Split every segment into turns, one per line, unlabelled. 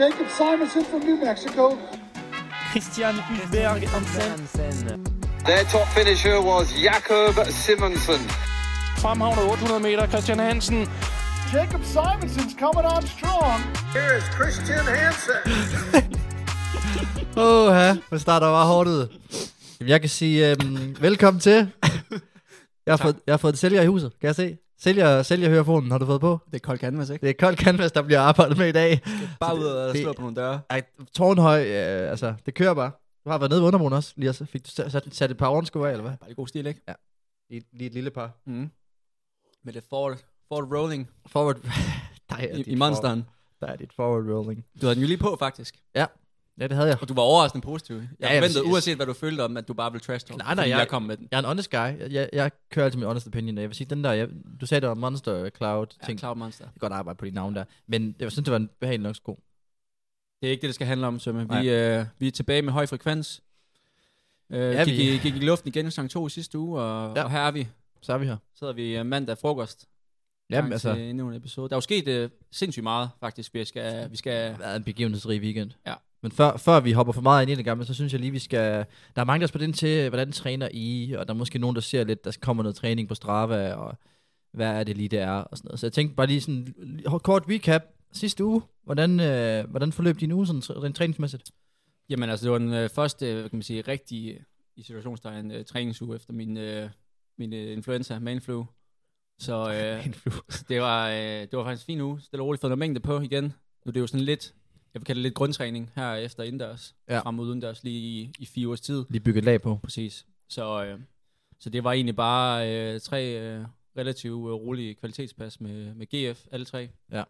Jacob Simonson from New Mexico.
Christian Hulberg Hansen.
Their top finisher was Jakob Simonsen.
Fremhavner 800 meter, Christian Hansen.
Jacob Simonson's coming on strong. Here is Christian Hansen.
Åh, ja. Man starter bare hårdt ud. Jamen, Jeg kan sige øhm, velkommen til. Jeg har, fået, jeg har fået en sælger i huset, kan jeg se? Sælger, sælgerhørefonen har du fået på.
Det er kold canvas, ikke?
Det er kold canvas, der bliver arbejdet med i dag.
Bare ud og
det-
slå på nogle døre.
Ej, tårnhøj, øh, altså, det kører bare. Du har været nede ved undermoden også, lige og så fik du sat, sat- sat et par ovensko af, eller hvad?
Bare det god stil, ikke?
Lige, lige et lille par.
Mm. Med det Ford, Ford Rolling
Forward. der er
i,
dit
i monsteren.
For, der er dit forward rolling.
Du havde den jo lige på, faktisk.
Ja, det havde jeg.
Og du var overraskende positiv. Jeg
Ja,
ja,
jeg vil
forventede,
sige-
uanset hvad du følte om, at du bare ville trash talk.
Nej, nej,
fordi
jeg-
jeg... kom med den.
Jeg er en honest guy. Jeg, jeg, jeg kører altid min honest opinion. og Jeg vil sige, den der, jeg, du sagde, det var Monster Cloud.
Ja,
ting.
Cloud Monster.
Det er godt arbejde på dit navn der. Men jeg synes, det var en behagelig nok sko.
Det er ikke det, det skal handle om, Sømme. Vi, øh, vi er tilbage med høj frekvens. Øh,
Ja,
ja,
vi-
gik, vi... i, gik i luften igen i Sankt 2 sidste uge, og,
Ja.
ja. og her er vi.
Så er vi her.
Sidder vi øh, mandag frokost.
Jamen
Klar
altså,
Til endnu en episode. Der er jo sket øh, sindssygt meget, faktisk. Vi skal, vi skal
det har været en begivenhedsrig weekend.
Ja.
Men før, før vi hopper for meget ind i det gamle, så synes jeg lige, vi skal... Der er mange, der spørger ind til, hvordan træner I? Og der er måske nogen, der ser lidt, der kommer noget træning på Strava, og hvad er det lige, det er? Og sådan noget. Så jeg tænkte bare lige sådan en kort recap. Sidste uge, hvordan, øh, hvordan forløb din uge sådan, rent træningsmæssigt?
Jamen altså, det var den øh, første, øh, hvad kan man sige, rigtig, øh, i situationstegn, øh, træningsuge efter min, øh, min øh, influenza, manflu. Så øh, så det, var, øh, det var faktisk en fin uge. Stille og roligt fået noget mængde på igen. Nu er det jo sådan lidt, jeg vil kalde det lidt grundtræning her efter indendørs.
Ja.
Ja. Frem mod udendørs lige i, i fire ugers tid.
Lige bygget lag på.
Præcis. Så, øh, så det var egentlig bare øh, tre øh, relativt øh, rolige kvalitetspas med, med GF, alle tre.
Ja.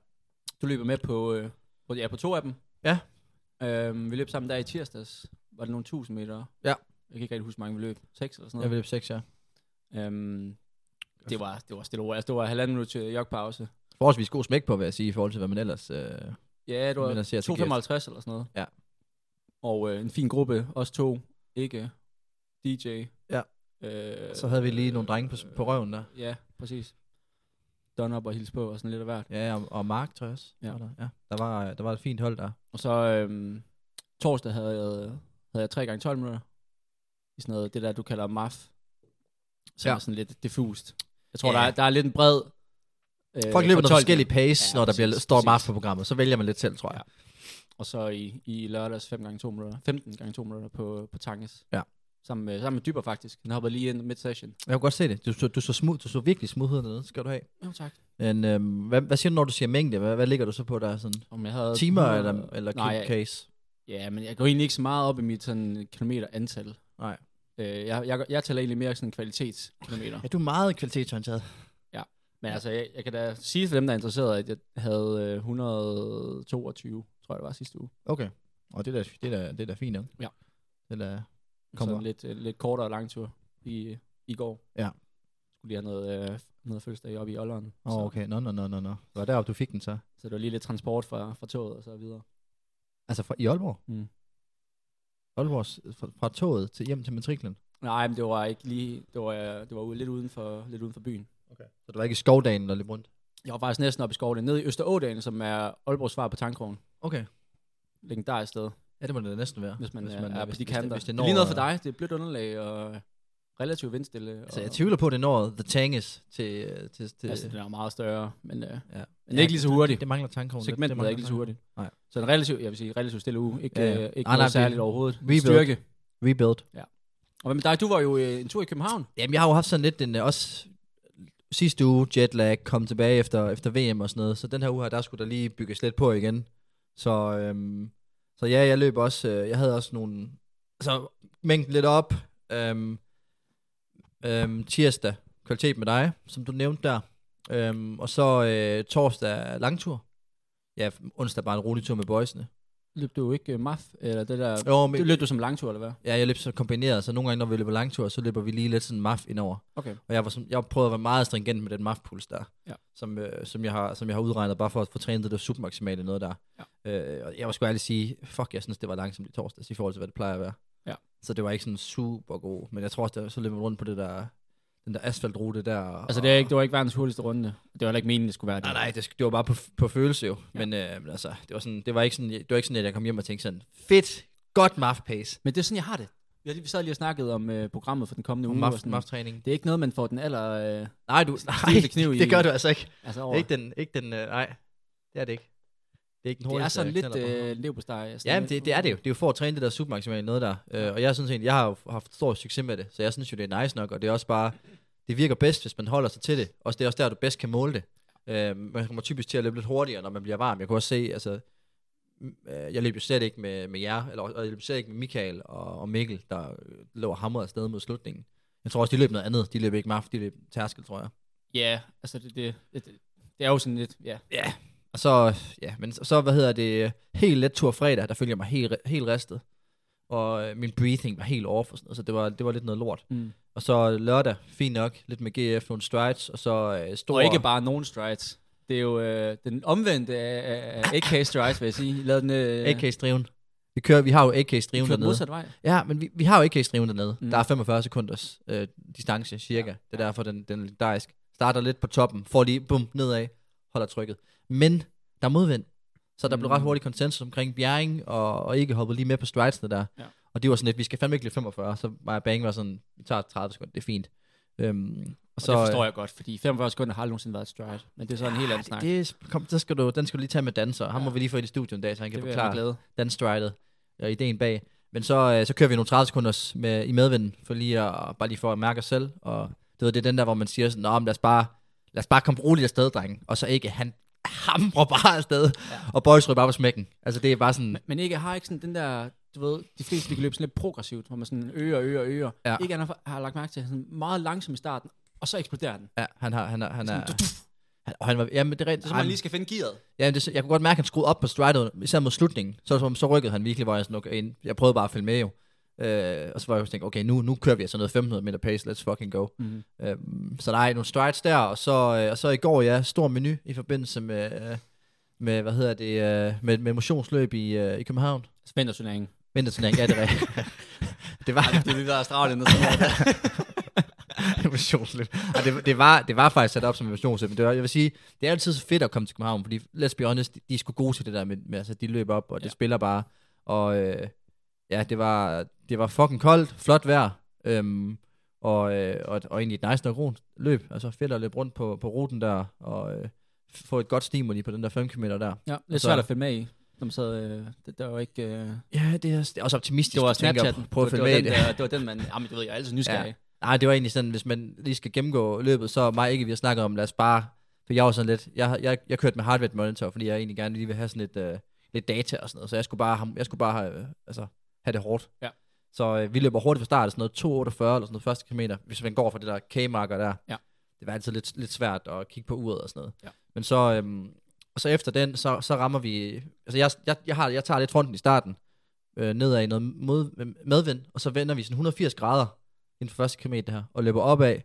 Du løber med på, øh, på, ja, på to af dem.
Ja.
Øhm, vi løb sammen der i tirsdags. Var det nogle tusind meter?
Ja.
Jeg kan ikke rigtig huske, hvor mange vi løb. Seks eller sådan
Jeg
noget.
vil løbe 6, ja.
Jeg øhm, det var, det var stille og roligt. Altså, det var halvanden minut til jogpause.
Forholdsvis god smæk på, vil jeg sige, i forhold til, hvad man ellers... Øh,
Ja, det var
Men at se, at det
2,55 eller sådan noget.
Ja.
Og øh, en fin gruppe, os to, ikke DJ.
Ja.
Øh,
så havde vi lige nogle drenge på, på røven der.
Ja, præcis. Don op og hilse på og sådan lidt af hvert.
Ja, og, og Mark, tror jeg også.
Ja.
var Der, ja. Der, var, der var et fint hold der.
Og så øhm, torsdag havde jeg, havde jeg 3 gange 12 minutter. I sådan noget, det der, du kalder MAF. Som
Ja.
ja. er sådan lidt diffust. Jeg tror,
Ja.
ja. der, er, der er lidt en bred... Øh,
Folk løber noget
fortolkning.
forskellige pace, ja,
Ja,
når der bliver,
præcis,
står
præcis.
meget på programmet. Så vælger man lidt selv, tror jeg.
Ja. Og så i, i lørdags 5 gange 2 minutter, 15 gange 2 minutter på, på Tanges.
Ja.
Sammen med, sammen med Dyber faktisk. Han hoppede lige ind midt-session.
Jeg kunne godt se det. Du, så- du, så, smooth, du så virkelig smooth dernede. Det skal du have.
Jo, tak.
Men øhm, hvad, hvad siger du, når du siger mængde? Hvad, hvad ligger du så på der? Sådan
Om jeg havde
timer
100
eller, eller
Nej,
Nej,
jeg-
case?
Ja, men jeg går egentlig ikke så meget op i mit sådan, kilometerantal.
Nej.
Øh, jeg, jeg, jeg tæller egentlig mere sådan kvalitetskilometer.
Ja, du er meget kvalitetsorienteret.
Men altså, jeg, jeg kan da sige til dem, der er interesseret, at jeg havde øh, 122, tror jeg det var sidste uge.
Okay. Og det er da, det er da, det er da fint nok.
Ja.
Det er da, Kom
Kom
op.
Sådan lidt, øh, lidt kortere langtur i, i går.
Ja.
Skulle lige have noget, øh, noget fødselsdag oppe i Ålderen.
oh, okay. Nå, nå, nå, nå, nå. Det var deroppe, du fik den så.
så, så det var lige lidt transport fra, fra toget og så videre.
Altså fra, i Aalborg?
Mm.
Aalborg fra, fra toget til hjem til matriklen?
Nej, men det var ikke lige, det var, øh, det var ude, lidt, uden for, lidt uden for byen.
Okay. Så det var ikke i skovdagen, der løb rundt?
Jeg var faktisk næsten oppe i skovene, nede i Østerådalen, som er Aalborgs svar på Tankrogen.
Okay.
Legendarisk sted,
Ja, det må det da næsten være.
hvis man,
hvis
hvis man er, er på
hvis,
de
hvis, det-
kanter.
hvis det
Det, det,
når, øh,
det lige noget for dig, det er blødt underlag og relativt vindstille.
Altså,
og,
jeg tvivler på, at det når The Tanges til... øh, til, til
Altså, den er jo meget større, men, øh,
ja.
men ikke lige så hurtigt.
Det mangler tankehoven. lidt.
segmentet
mangler
er ikke lige så hurtigt.
Nej.
Så en relativt, jeg vil sige, relativt stille uge. Ikke,
Ja,
ja,
ja.
ja. Øh, ikke
Nej, nej,
nej, noget
vi-
særligt overhovedet.
rebuild.
Styrke.
tankehoven. Rebuild.
Og hvad med dig? Du var jo øh, en tur i København.
Jamen, jeg har jo haft sådan lidt en... øh, Også sidste uge, jetlag, kom tilbage efter, efter VM og sådan noget. Så den her uge her, der skulle der lige bygges lidt på igen. Så, øhm, så ja, jeg løb også... Øh, jeg havde også nogle... Altså, mængden lidt op. Øhm, øhm, tirsdag, kvalitet med dig, som du nævnte der. Øhm, og så øh, torsdag, langtur. Ja, onsdag bare en rolig tur med boysene.
Løb du ikke øh, MAF? Eller det der...
Jo,
Du, løb du som langtur, eller hvad?
Ja, jeg løb så kombineret, så nogle gange, når vi løber langtur, så løber vi lige lidt sådan maf indover.
Okay.
Og jeg, var sådan, jeg prøvede at være meget stringent med den maf-puls der,
Ja.
som, øh, som, jeg har, som jeg har udregnet, bare for at få trænet det der submaksimale noget der. Ja. Øh, og jeg var sgu ærlig sige, fuck, jeg synes, det var langsomt i torsdags, i forhold til, hvad det plejer at være.
Ja.
Så det var ikke sådan super god, men jeg tror også, der, så løb man rundt på det der den der asfaltrute der. Og,
Altså, det, er ikke, det var ikke verdens hurtigste runde. Det var heller ikke meningen, det skulle være det.
Nej, nej, det, sk- det var bare på, f- på følelse jo. Ja. Men øh, men altså, det var, sådan, det, var ikke sådan, det var ikke sådan, at jeg kom hjem og tænkte sådan, fedt, godt math pace.
Men det er sådan, jeg har det. Vi har lige- vi sad lige og snakket om øh, programmet for den kommende uge. og
Math,
sådan.
math træning.
Det er ikke noget, man får den aller... Øh,
Nej, du,
Stiv
nej
til kniv i-
det gør du altså ikke.
altså
Det
over.
er ikke den, ikke den øh, nej, det er det ikke. Det er ikke den
det er
hurtigste
sådan lidt
knallert, der kommer.
øh, lev på steg.
Ja, men det, det er det jo. Det er jo for at træne det der supermaksimale noget der. Øh, og jeg synes egentlig, jeg har jo haft stor succes med det, så jeg synes jo, det er nice nok, og det er også bare, det virker bedst, hvis man holder sig til det. Også det er også der, du bedst kan måle det. Øh, man kommer typisk til at løbe lidt hurtigere, når man bliver varm. Jeg kunne også se, altså, m- øh, jeg løb jo slet ikke med, med jer, eller og jeg løb slet ikke med Michael og, og Mikkel, der øh, lå og hamrede afsted mod slutningen. Jeg tror også, de løb noget andet. De løb ikke maf, de løb tærskel, tror jeg.
Ja, altså det, det, det, det er jo sådan lidt... Ja.
Ja. Og så, ja, men så, så, hvad hedder det, helt let tur fredag, der følger jeg mig helt, helt ristet. Og øh, min breathing var helt off og sådan noget, så det var, det var lidt noget lort.
Mm.
Og så lørdag, fint nok, lidt med GF, nogle strides, og så øh, stor...
Og ikke bare nogen strides. Det er jo øh, den omvendte af, af- af AK strides, vil jeg sige. I lavede den... Øh,
AK-striven. Vi kører, vi har jo AK-striven
kørte
dernede.
modsat vej.
Ja, men vi, vi har jo AK-striven dernede.
Mm.
Mm. Der er 45 sekunders øh, distance, cirka. Ja. Det er derfor, den, den er legendarisk. Starter lidt på toppen, får lige, bum, nedad, holder trykket. Men der er modvind. Så der blev ret
Mm.
hurtigt konsensus omkring bjerring, og, og ikke hoppede lige med på stridesene der.
Ja.
Og det var sådan lidt, vi skal fandme ikke løbe 45, så Maja Bang var sådan, vi tager 30 sekunder, det er fint. Øhm,
Og så, det forstår jeg godt, fordi 45 sekunder har aldrig nogensinde været et stride. Men det er så en helt anden snak.
Ah, Det, det, kom, så skal du, den skal du lige tage med danser. Ham
Ja.
må vi lige få ind i studiet en dag, så han kan
det vil jeg
forklare
med glæde.
danstridet og ideen bag. Men så, øh, så kører vi nogle 30 sekunder med, i medvinden, for lige at, bare lige for at mærke os selv. Og det, ved, det er den der, hvor man siger sådan, Nå, men lad os bare, lad os bare komme roligt afsted, drengen. Og så ikke, han hamrer bare afsted. Ja. Og boys ryger bare på smækken. Altså det er bare sådan,
Men ikke har ikke sådan den der, du ved, de fleste de kan løbe sådan lidt progressivt, hvor man sådan øger, øger, øger.
Ja.
Ikke han har, har lagt mærke til, at han er sådan meget langsom i starten, og så eksploderer den.
ja, han har, han, har, han er... Han, og han var, jamen, det er rent,
Så man lige skal finde gearet.
Ja, det, jeg kunne godt mærke, at han skruede op på stridet, især mod slutningen. Så, så, så rykkede han virkelig, hvor jeg sådan, okay, ind. jeg prøvede bare at følge med jo. Øh, og så var jeg jo tænkt, okay, nu, nu kører vi altså noget 1500 meter pace, let's fucking go.
Mhm.
Mm-hmm. Øh, så nej, nogle strides der, og så, øh, og så i går, ja, stor menu i forbindelse med, øh, med hvad hedder det, øh, med, med motionsløb i, øh, i København.
Spænderturneringen.
Vinterturnering, ja, det er rigtigt. det var
Det er lige der Australien, der sådan
motionsløb. Og det, det, var, det var faktisk sat op som et motionsløb, men det var, jeg vil sige, det er altid så fedt at komme til København, fordi let's be honest, de, de er sgu gode til det der med, med altså, de løber op, og det
Ja.
spiller bare. Og øh, ja, det var, det var fucking koldt, flot vejr, øhm, og, øh, og, og egentlig et nice nok rundt løb. Altså fedt at løbe rundt på, på ruten der, og øh, få et godt stimuli på den der 5 km der.
Ja, det er
så-
svært at følge med i. Som sad, øh, det, der var ikke... Øh,
Ja, det er, det er også optimistisk.
det var
du tænker,
Snapchatten.
Prøv at
det,
følge
var
med i
den,
det.
der, det var den, man... Jamen, det ved jeg, jeg er altid nysgerrig. Ja.
Nej, det var egentlig sådan, hvis man lige skal gennemgå løbet, så er mig og ikke, vi har snakket om, lad os bare, for jeg var sådan lidt, jeg, jeg, jeg kørte med hardware monitor, fordi jeg egentlig gerne lige vil have sådan lidt, øh, lidt data og sådan noget, så jeg skulle bare, ham- jeg skulle bare have, øh, altså, have det hårdt.
Ja.
Så øh, vi løber hurtigt fra start, sådan noget 2,48 eller sådan noget første kilometer, hvis man går fra det der K-marker der.
Ja.
Det var altid lidt, lidt svært at kigge på uret og sådan noget.
Ja.
Men så, øhm, og så efter den, så, så rammer vi, altså jeg, jeg, jeg, har, jeg tager lidt fronten i starten, øh, nedad i noget mod, medvind, og så vender vi sådan 180 grader, inden for første kilometer her, og løber opad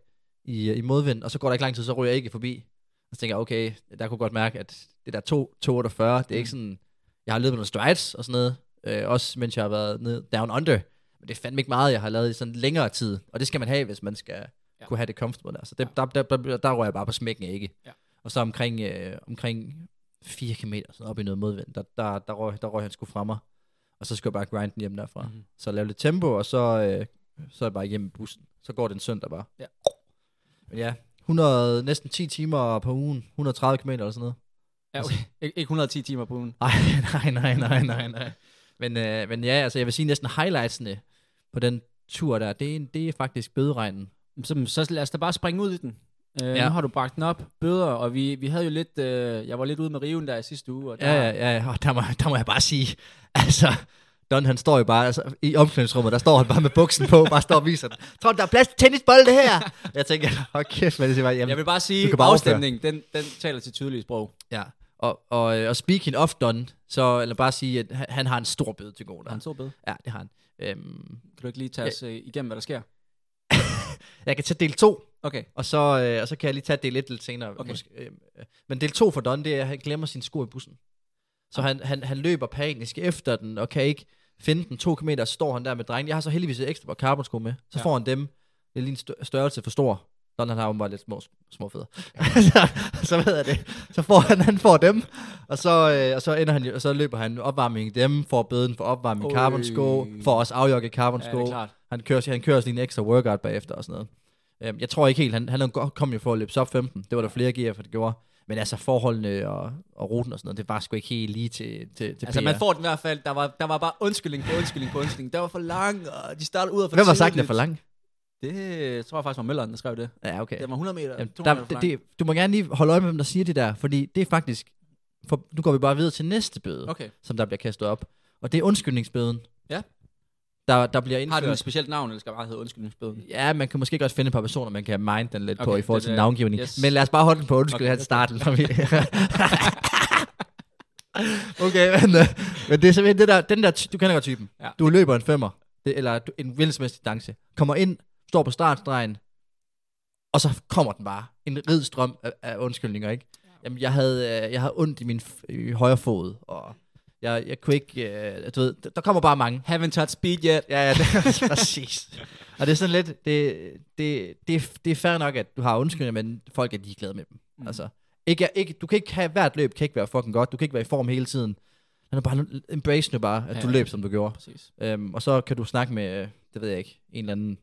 i, i modvind, og så går der ikke lang tid, så ryger jeg ikke forbi. Og så tænker jeg, okay, der kunne jeg godt mærke, at det der 2, 42, det er ikke
Mm.
sådan, jeg har løbet nogle strides og sådan noget, øh, også mens jeg har været ned, down under, men det er fandme ikke meget, jeg har lavet i sådan længere tid, og det skal man have, hvis man skal
Ja.
ja. kunne have det comfortable der. Så det, der, der, der, der, der rører jeg bare på smækken af ikke.
Ja.
Og så omkring, øh, omkring 4 km sådan op i noget modvind, der, der, der, røg, der røg han sgu fra mig, og så skulle jeg bare grinde den hjem derfra.
Mhm.
Mm-hmm. Så lave lidt tempo, og så, øh, så er jeg bare hjemme i bussen. Så går den søndag bare.
Ja.
Men ja, 100, næsten 10 timer på ugen, 130 km eller sådan noget.
Ja, okay. Ik- Ikke 110 timer på ugen.
Nej, nej, nej, nej, nej, nej. Men, øh, men ja, altså jeg vil sige næsten highlightsene på den tur der, det er, det er faktisk bøderegnen.
Så, så lad os da bare springe ud i den. Øh, ja.
Ja.
Nu har du bragt den op, bøder, og vi, vi havde jo lidt, øh, jeg var lidt ude med riven der i sidste uge, og der,
Ja, ja, ja, og der må, der må jeg bare sige, altså, Don han står jo bare, altså i omklædningsrummet, der står han bare med buksen på, bare står og viser den. Tror du, der er plads til tennisbolde her? Jeg tænker, hold kæft, men det siger bare, jamen,
Jeg vil bare
Du
sige,
kan bare afsløre.
afstemningen, den, den taler til tydelige sprog.
Ja, og, og, øh, og speaking of Don, så eller bare sige, at han, han har en stor bøde til gode
Ja. Han
der.
så bedre.
Ja, det har han. Øhm,
Kan du ikke lige tage os øh, igennem, hvad der sker?
jeg kan tage del 2,
Okay.
og så, øh, og så kan jeg lige tage del 1 lidt senere.
Okay.
Måske. Øhm, øh, Men del 2 for Don, det er, at han glemmer sin sko i bussen.
Ah.
Så han, han, han løber panisk efter den, og kan ikke finde den. To kilometer står han der med drengen. Jeg har så heldigvis et ekstra par carbonsko med. Så
Ja.
ja. får han dem. Det er lige en stø- størrelse for stor. Sådan han har åbenbart lidt små, små fødder. så, så ved jeg det. Så får han, han får dem, og så, øh, og så, ender han, jo- og så løber han opvarmning i dem, får bøden for opvarmning i carbonsko, får også afjokket
Ja,
carbonsko.
det er klart.
han kører, han kører også lige en ekstra workout bagefter og sådan noget. Øhm, Jeg tror ikke helt, han, han havde godt- kom jo for at løbe sub 15. Det var der flere GF'er, der gjorde. Men altså forholdene og, og ruten og sådan noget, det var sgu ikke helt lige til, til, til
Altså,
PR.
man får den i hvert fald. Der var, der var bare undskyldning på undskyldning på undskyldning. Der var for lang, og de startede ud af for
Hvem har sagt, den er
tidligt.
for lang?
Det tror jeg faktisk var Mølleren, der skrev det.
Ja, okay.
Det var 100 meter,
Jamen,
200
der,
meter for
det,
langt.
det, du må gerne lige holde øje med, hvem der siger det der, fordi det er faktisk... For, nu går vi bare videre til næste bøde,
Okay.
som der bliver kastet op. Og det er undskyldningsbøden.
Ja.
Der, der bliver
Har
indført...
den et specielt navn, eller skal jeg bare hedde undskyldningsbøden?
Ja, man kan måske godt finde et par personer, man kan mind den lidt okay, på
Okay,
i forhold
det
til
er-
navngivning. Yes.
yes.
Men lad os bare holde den på undskyld, okay,
Okay,
han starten. når vi- okay, men, øh, men det er simpelthen det der, den der, ty- du kender godt typen. Ja.
Ja.
Du løber en femmer, det, eller du- en vildsmæssig dance. Kommer ind, står på startstregen, og så kommer den bare. En rid strøm af, af undskyldninger, ikke? Jamen, jeg havde, øh, jeg havde ondt i min f- i højre fod, og jeg, jeg kunne ikke, øh, du ved, der- der kommer bare mange.
Haven't touched speed yet.
Ja, ja, det, præcis. Og det er sådan lidt, det, det, det, er- det er fair nok, at du har undskyldninger, men folk er ligeglade med dem. Mm. Altså, ikke, ikke, du kan ikke have hvert løb, kan ikke være fucking godt, du kan ikke være i form hele tiden. Men er bare embrace nu bare, at ja. du
Ja.
løb, som du gjorde.
Præcis.
Øhm, og så kan du snakke med, øh, det ved jeg ikke, en eller anden,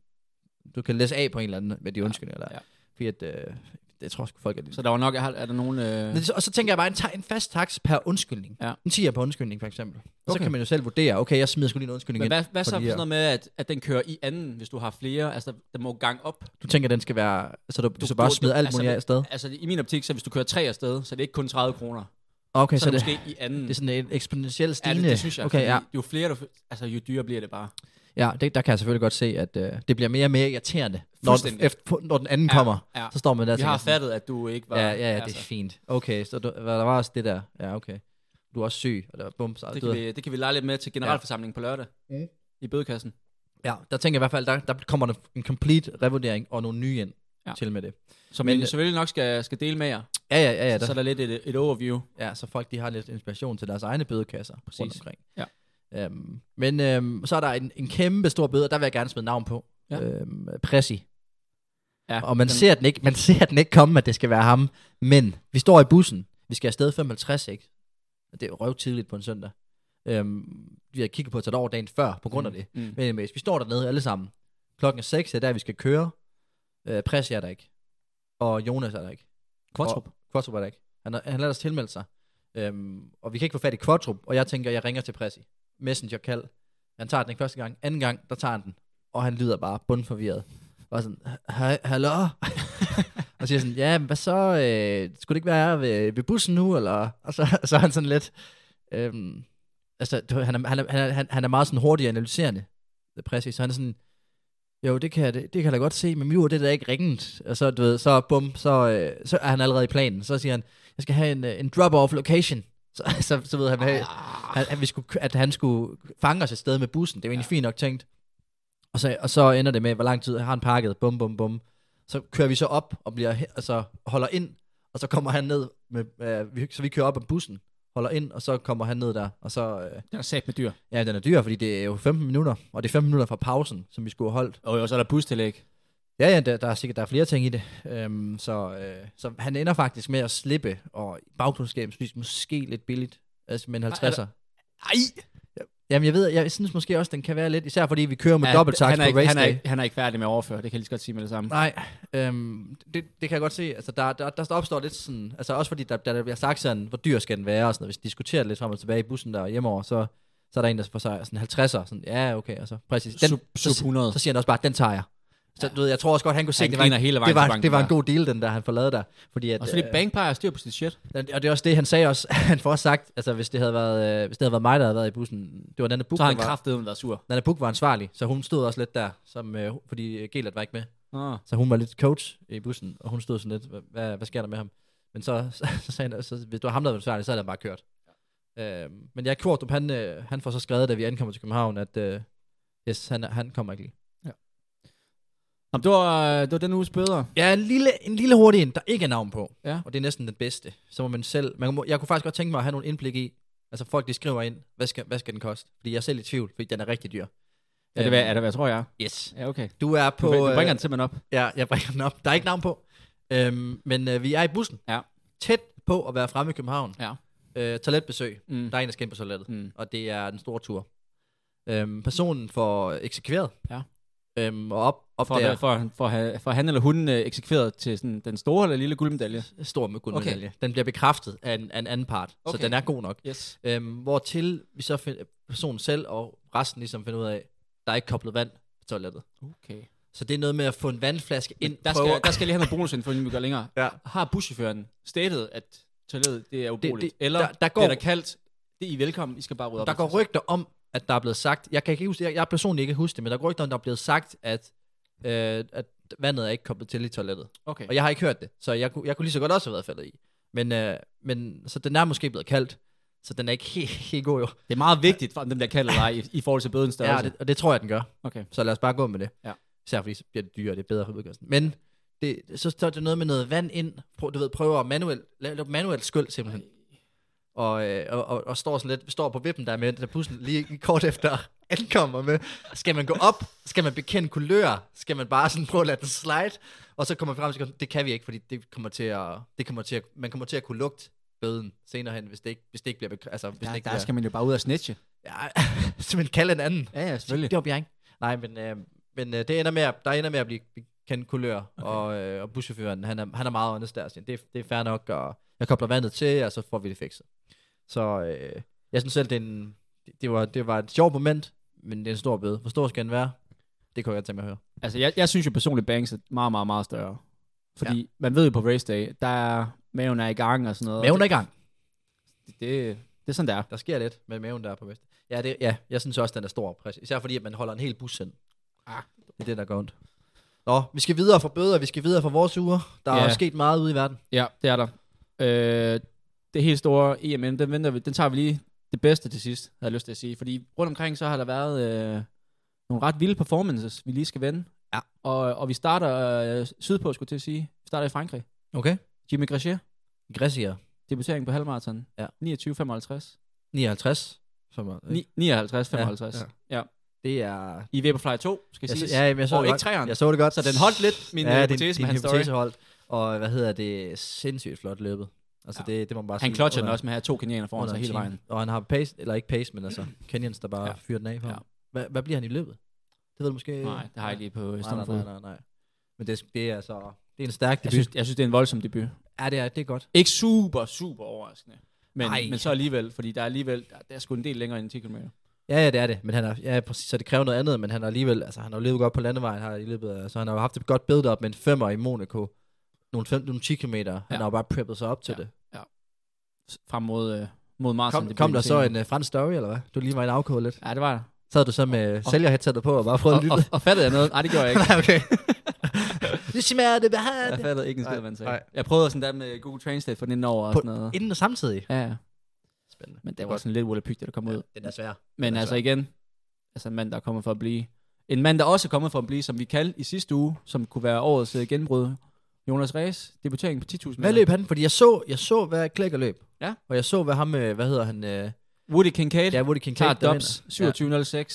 du kan læse af på en eller anden med de undskyldninger der. Ja.
ja.
Fordi at, øh, det tror jeg sgu, folk er
Så der var nok, er, er der nogen... Øh...
men så- Og så tænker jeg bare, at en fast tax per undskyldning.
Ja.
En 10'er på undskyldning, for eksempel. Og så
Okay.
kan man jo selv vurdere, okay, jeg smider sgu lige en undskyldning
Men
ind
hvad, hvad
for
så for
de her.
sådan noget med, at, at den kører i anden, hvis du har flere? Altså, der- der må gang op.
Du tænker, den skal være... Så du, du, du skal bare
du-
smide
du-
alt
altså,
muligt af
det-
afsted?
Altså, i min optik, så hvis du kører tre afsted, så er det ikke kun 30 kroner.
Okay,
Så,
så,
er
det,
det måske i anden.
det er sådan en eksponentiel
ja,
stigende...
det, det, synes jeg.
Okay,
fordi
ja.
Jo flere du... Altså, jo dyrere bliver det bare.
ja det, der kan jeg selvfølgelig godt se, at øh, det bliver mere og mere irriterende, når den,
Fuldstændig.
efter, på- når den anden
Ja,
kommer.
ja.
Så står man der og
Vi
tænker
har
sådan,
fattet, at du ikke var...
Ja, ja, ja, det
altså,
er fint. Okay, så du, hvad der var også det der. Ja, okay. Du er også syg, og der var bum, så
det,
du,
kan vi, det kan vi lege lidt med til generalforsamlingen på lørdag.
Mm.
I bødekassen.
Ja, der tænker jeg i hvert fald, der, der kommer der en complete revurdering og nogle nye ind ja.
Ja.
til med det.
Som
Men,
Men, I
øh,
selvfølgelig nok skal, skal dele med jer.
Ja, ja, ja, ja.
Ja, så
Der,
er der lidt et, et overview.
ja, så folk de har lidt inspiration til deres egne bødekasser Præcis. rundt
Præcis.
omkring.
Ja.
Øhm, men øhm, så er der en, en kæmpe stor bøde, og der vil jeg gerne smide navn på. Ja.
Ja.
Øhm, Pressi.
Ja,
Og man
den-
ser, den ikke, man ser den ikke komme, at det skal være ham. Men vi står i bussen. Vi skal afsted 55, ikke? Og Det er jo røvtidligt på en søndag. Øhm, vi har kigget på at tage det over dagen før, på grund af det.
Mm.
Men anyways, vi står dernede alle sammen. Klokken er 6, det er der, vi skal køre. Øh, Pressi er der ikke. Og Jonas er der ikke.
Kvartrup.
Og- Kvartrup er der ikke. Han, har- han lader os tilmelde sig. Øhm, og vi kan ikke få fat i Kvartrup, og jeg tænker, jeg ringer til Pressi. Messenger kald. Han tager den ikke første gang. Anden gang, der tager han den. Og han lyder bare bundforvirret. Og sådan, hej, hallo? og siger sådan, ja, men hvad så? Øh, skulle det ikke være ved, ved bussen nu? Eller? Og så, så er han sådan lidt... Øhm, altså, du, ved, han, er, han, er, han, er, han- han er meget sådan hurtig og analyserende. Præcis, så han er sådan, jo, det kan, jeg, det, det kan jeg da godt se, men Mjur, det er da ikke ringet. Og så, du ved, så bum, så, øh, så er han allerede i planen. Så siger han, jeg skal have en, øh, en drop-off location. Så, så, så ved han, hvad, han, at, vi skulle, at han skulle fange os et sted med bussen. Det var egentlig ja. fint nok tænkt. Og så, og så ender det med, hvor lang tid har han pakket, bum, bum, bum. Så kører vi så op og bliver, he- altså, holder ind, og så kommer han ned, med, øh, vi, så vi kører op af bussen, holder ind, og så kommer han ned der, og så, øh,
Den er sat med dyr.
ja, den er dyr, fordi det er jo 15 minutter, og det er 15 minutter fra pausen, som vi skulle have holdt.
Og jo, så er der bustillæg.
Ja, ja, der, der er sikkert der er flere ting i det. Øhm, så, øh, så han ender faktisk med at slippe, og bagklodskab synes måske lidt billigt, altså med en 50'er.
Ej!
Jamen jeg ved, jeg synes måske også, den kan være lidt, især fordi vi kører med ja, dobbelt
han,
tax
er
på
ikke,
race
han, er
day.
ikke, han er ikke færdig med at overføre, det kan jeg lige så godt sige med det samme.
Nej, øhm, det, det kan jeg godt se. Altså, der, der, der opstår lidt sådan... Altså, også fordi der, der, der bliver sagt sådan, hvor dyr skal den være, og sådan noget. Hvis de diskuterer det lidt frem og tilbage i bussen der hjemover, så, så er der en, der får sig sådan 50'er. Sådan, ja, okay, og så præcis. Den,
Sub- sub
så,
100.
så siger han også bare, den tager jeg. Så du ved, jeg tror også godt, han kunne se,
Han
det var, en,
griner hele vejen
det, var,
til banken
det var en
der.
god deal, den der han forlade der. Fordi at,
Og så er det Bangpire styr på sit shit.
øh, og det er også det, han sagde også. han får også sagt, altså hvis det havde været, øh, hvis det havde været mig, der havde været i bussen, det var den der book,
Så har han
der var,
kraftedeme været sur.
Nana Buk var ansvarlig, så hun stod også lidt der, som, øh, fordi øh, Gelert var ikke med.
Ah.
Så hun var lidt coach i bussen, og hun stod sådan lidt, "Hva- hvad, hvad sker der med ham? Men så, så, så sagde han, så, hvis du var ham, der var ansvarlig, så havde han bare kørt. Øhm, men jeg Kvartrup, han, øh, han får så skrevet, da vi ankommer til København, at øh, yes, han, er- han kommer ikke lige.
Nå, men det, var, øh, det var den uges bøder.
Ja, en lille, en lille hurtig en, der ikke er navn på.
Ja.
Og det er næsten den bedste. Så må man selv... Man må, jeg kunne faktisk godt tænke mig at have nogle indblik i, altså folk de skriver ind, hvad skal, hvad skal den koste? Fordi jeg er selv i tvivl, fordi den er rigtig dyr.
Er det, hvad, er det, hvad jeg tror, jeg er?
Yes.
Ja, okay.
Du er
Du,
på...
du bringer
øh,
den simpelthen op.
Ja, jeg bringer den op. Der er ikke navn på. Øhm, men øh, vi er i bussen.
Ja.
Tæt på at være fremme i København.
Ja.
Øh, toiletbesøg.
Mm.
Der er en, der skal ind på toilettet.
Mm.
Og det er den store tur. Øhm, personen får eksekveret.
Ja.
Øhm, og op, op
For,
der.
at, for, at- for, at have- for at han eller hun øh, eksekveret til sådan, den store eller lille guldmedalje.
Stor med guldmedalje. Okay. Den bliver bekræftet af en, af en anden part. Okay.
Okay.
Så den er god nok.
Yes.
Øhm, hvor til vi så find, personen selv og resten ligesom finder ud af, der er ikke koblet vand på toilettet.
Okay.
Så det er noget med at få en vandflaske ind.
Men der,
prøve-
skal, der skal lige have noget bonusinfo, inden vi går længere.
Ja.
Har buschaufføren stated, at toilettet det er ubrugeligt?
det-
eller
der- der går-
bliver der kaldt, det er I velkommen, I skal bare rydde op.
Der går
efter jer
rygter om, at der er blevet sagt, jeg kan ikke huske, jeg, jeg personligt ikke huske det, men der går rygter om, der er blevet sagt, at, øh, at vandet er ikke koblet til i toilettet.
selv. Okay.
Og jeg har ikke hørt det, så jeg, kunne- jeg kunne lige så godt også have været faldet i. Men, øh, men så den er måske blevet kaldt, så den er ikke helt, helt god jo.
Det er meget vigtigt, for, om den bliver kaldt eller ej, i, i forhold til bødens
Ja, og
størrelse.
det, og det tror jeg, den gør.
Okay.
Så lad os bare gå med det.
Ja.
Især fordi så bliver det dyrere, det er bedre for udgangspunktet. Men det, så står det noget med noget vand ind. Prøv, du ved, prøver at manuelt, lave et manuelt skyld simpelthen. Og, øh, og, og, og, står, sådan lidt, står på vippen der med, der pludselig lige kort efter ankommer med, skal man gå op, skal man bekende kulør, skal man bare sådan prøve at lade den slide, og så kommer vi frem til, det kan vi ikke, fordi det kommer til at, det kommer til at man kommer til at kunne lugte bøden senere hen, hvis det ikke, hvis det ikke bliver, bek- altså, hvis
Der,
det ikke
der skal man jo bare ud og snitche.
Ja, simpelthen kalde en anden.
Ja, ja, selvfølgelig.
Det var Bjerg. Nej, men, øh, men øh, det ender med at, der ender med at blive kendt kulør, okay. og, øh, og buschaufføren, han er, han er meget åndes der. siger, Det, er- det er fair nok, og jeg kobler vandet til, og så får vi det fikset. Så øh, jeg synes selv, det, er en, det, var, det var et sjovt moment, men det er en stor bøde. Hvor stor skal den være? Det kunne jeg godt tænke mig at høre.
Altså, jeg, jeg synes jo personligt, Banks er meget, meget, meget større. Fordi ja. man ved jo på race day, der er, maven er i gang og sådan noget.
Maven er i gang.
Det, det, det er sådan, der er.
Der sker lidt med maven der på vest. Ja, det, ja, jeg synes også, den er stor. præcis. Især fordi, at man holder en hel bus ind.
Ah.
Det er det, der går ondt. Nå, vi skal videre fra bøder, vi skal videre fra vores uger. Der
Ja.
er sket meget ude i verden.
Ja, det er der. Øh, det helt store EMM, den, venter vi, den tager vi lige det bedste til sidst, havde jeg lyst til at sige. Fordi rundt omkring, så har der været øh, nogle ret vilde performances, vi lige skal vende.
Ja.
Og, og vi starter øh, sydpå, skulle jeg til at sige. Vi starter i Frankrig.
Okay.
Jimmy Grachet,
Græsier.
debutering på halvmarathon.
Ja.
29.55.
59. Som er,
Ni- 59.55.
Ja,
Ja, ja. ja.
det er...
I Vaporfly 2, skal
Jeg,
jeg
så,
sige.
ja, jamen, jeg så
og
det
ikke
godt.
træerne.
Jeg så det godt.
Så den holdt lidt, min, øh,
ja, din,
hypotese
din
med hans
hypotese
story.
holdt. Og hvad hedder det? Sindssygt flot løbet. Altså,
Ja.
ja. det, det må man bare
Han
sige.
clutcher den
Under-
også med at have to kenianer foran
under en
sig hele
time.
vejen.
Og han har pace, eller ikke pace, men altså Kenyans, der bare
Ja.
ja. fyrer den af på
Ja.
ja. hvad, hvad bliver han i løbet? Det ved du måske...
Nej, det har jeg lige på
Nej, nej,
stående fod.
nej, nej, nej. Men det, det er altså... Det er en stærk
Jeg
debut.
synes, jeg synes, det er en voldsom debut.
ja, det er, det er godt.
Ikke super, super overraskende. Men,
Ej.
men så alligevel, fordi der er alligevel, der, der er sgu en del længere end 10 km.
Ja, ja, det er det. Men han er, ja, præcis, så det kræver noget andet, men han har alligevel, altså han har jo levet godt på landevejen, har i løbet af, så han har jo haft et godt build op med en femmer i Monaco. Nogle, fem, nogle 10 km. Han
Ja.
har jo bare preppet sig op til
Ja.
ja. det.
Frem mod, øh, mod Marsen.
Kom, kom der så en uh, fransk story, eller hvad? Du lige var en afkode lidt.
Ja, det var der.
Sad du så med sælgerheadsettet på og bare prøvede at
Og,
lytte?
og, og fattede jeg noget? Nej, det gjorde jeg ikke.
Nej, okay. det smager det behag.
Jeg fattede ikke en skid,
Nej,
hvad han sagde.
nej.
Jeg prøvede sådan der med Google Translate for den inden over og
På-
sådan noget.
Inden og samtidig.
Ja, ja.
Spændende.
Men det var
Godt.
sådan lidt Wallapyg, der kom ud.
Den er svær.
Men
er
altså
svært.
igen, altså en mand, der er kommet for at blive. En mand, der også er kommet for at blive, som vi kaldte i sidste uge, som kunne være årets øh, genbrud. Jonas Rees, debutering på 10.000
Hvad løb han? Fordi jeg så, jeg så hvad Klækker løb.
Ja.
Og jeg så, hvad ham, øh, hvad hedder han? Øh,
Woody Kincaid.
ja, Woody Kincaid.
Tager
der
Dobbs
vinder.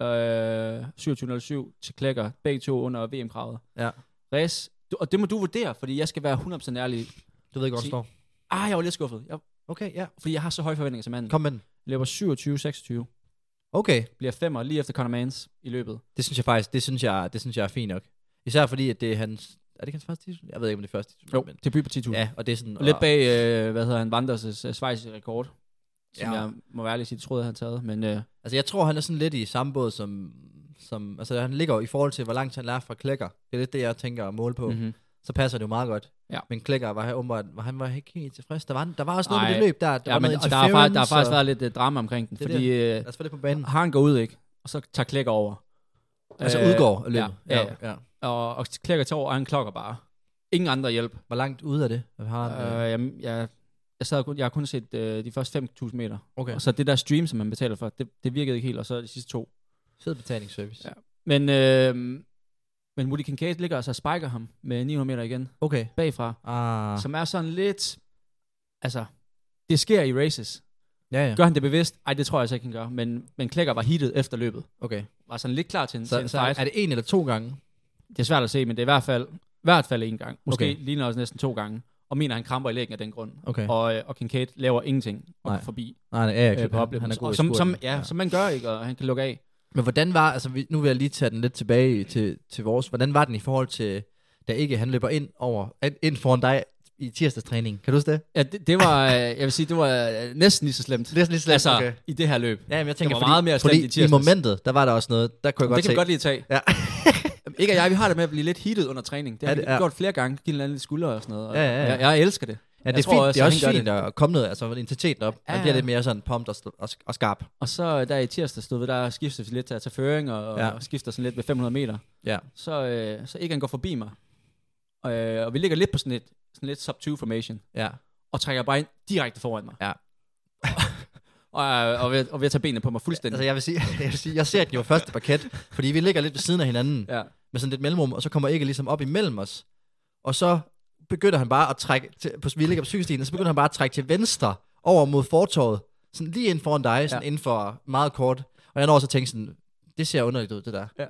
Ja.
27.06, øh, 27.07 til Klækker, begge to under VM-kravet.
Ja.
Res, du, og det må du vurdere, fordi jeg skal være 100% ærlig.
Du ved ikke, hvor
Ti-
han står.
Ah, jeg var lidt skuffet, jeg,
Okay, ja.
fordi jeg har så høje forventninger til manden. Kom.
Kom med den.
Løber 27.26,
Okay,
bliver femmer lige efter Conor Mans i løbet.
Det synes jeg faktisk, det synes jeg, det synes jeg er fint nok. Især fordi, at det er hans, er det ikke hans første titel? Jeg ved ikke, om det er første titel.
Jo,
Men,
debut på 10.000. Ja.
ja, og det er sådan...
Og lidt
og-
bag, øh, hvad hedder han, Vanders' øh, svejsiske rekord, som ja.
Ja.
jeg må være ærlig sige, troede jeg, han havde taget. Men øh,
Altså, jeg tror, han er sådan lidt i samme båd som... som altså, han ligger jo i forhold til, hvor langt han er fra Klækker. Det er lidt det, jeg tænker at måle på. Mm-hmm.
mm-hmm.
Så passer det jo meget godt.
Ja.
Men Klækker var her åbenbart, var, han var ikke helt tilfreds. Der var, der var også noget med
Nej.
det løb der. Der
ja,
var
men
noget
der, har, fa- der har
interference,
faktisk
og-
været lidt øh, drama omkring den,
Det er
fordi øh,
Lad os få det på banen.
han går ud, ikke? Og så tager Klækker over.
Altså,
Øh,
udgår løbet.
Ja, ja, ja.
ja.
og, og klikker til over, og han klokker bare. Ingen andre hjælp.
Hvor langt ude er det? Har han, øh,
Øh, jeg, jeg, jeg, sad kun, jeg har kun set øh, de første 5.000 meter.
øh, okay.
Og så det der stream, som man betaler for, det, det virkede ikke helt, og så de sidste to.
Fed betalingsservice.
Ja. Men, øh, men Woody Kincaid ligger altså og så spiker ham med 900 meter igen
Okay.
bagfra,
Ah.
som er sådan lidt... Altså, det sker i races.
Ja, ja.
Gør han det bevidst? Ej, det tror jeg altså ikke, han gør. Men, men Klækker var hittet efter løbet.
Okay.
Var sådan lidt klar til en, til
Så,
en
så
fight.
er det en eller to gange?
Det er svært at se, men det er i hvert fald, i hvert fald en gang. Måske
Okay.
okay. ligner også næsten to gange. Og mener, han kramper i lægen af den grund.
Okay.
Og, øh, og Kincaid laver ingenting og
Nej.
går forbi
Nej, nej, ja,
øh,
jeg
på oplevelsen.
han er god i
Og som,
spurten.
som, ja, ja. som man gør, ikke? Og han kan lukke af.
Men hvordan var, altså vi- nu vil jeg lige tage den lidt tilbage til, til vores, hvordan var den i forhold til, da ikke han løber ind over, ind- ind foran dig i tirsdagstræning? Kan du huske det?
Ja, det, det var, øh, jeg vil sige, det var øh, næsten lige så slemt.
Næsten lige så slemt,
altså,
okay.
i det her løb.
Ja, men jeg tænker,
var meget mere slemt i
fordi i
tirsdags.
momentet, der var der også noget, der kunne jeg
det
godt
kan vi
se.
godt lige tage.
Ja.
Jamen, ikke og jeg, vi har det med at blive lidt heated under træning. Det har
Ja,
ja,
det
det,
er.
vi gjort flere gange. Giv hinanden lidt skuldre og sådan noget. Og
Ja, ja, ja.
Jeg, jeg elsker det.
ja, det er
jeg tror
fint,
også,
det er
han
også
gør
fint
det.
at komme noget, altså intensiteten op. Ja,
Ja,
Man bliver
ja.
lidt mere sådan pumped og, og, og skarp.
Og så øh, der i tirsdag stod vi, der skifter vi lidt til at tage føring og,
Ja.
ja. og skifter sådan lidt ved 500 meter.
Ja.
Så, øh, så ikke han går forbi mig. Og, øh, og vi ligger lidt på sådan lidt, sådan lidt sub 2 formation.
Ja.
Og trækker bare ind direkte foran mig.
Ja.
og, øh, og, ved, og ved at tage benene på mig fuldstændig.
Altså jeg vil sige, jeg, vil sige, jeg ser den jo første parket, fordi vi ligger lidt ved siden af hinanden.
ja.
med sådan lidt mellemrum, og så kommer ikke ligesom op imellem os. Og så begynder han bare at trække, til, på, vi ligger på cykelstien, og så begynder han bare at trække til venstre over mod fortorvet, sådan lige ind foran dig, sådan ja.
Ja.
inden for meget kort. Og jeg når også at tænke sådan, det ser underligt ud, det der.
Ja.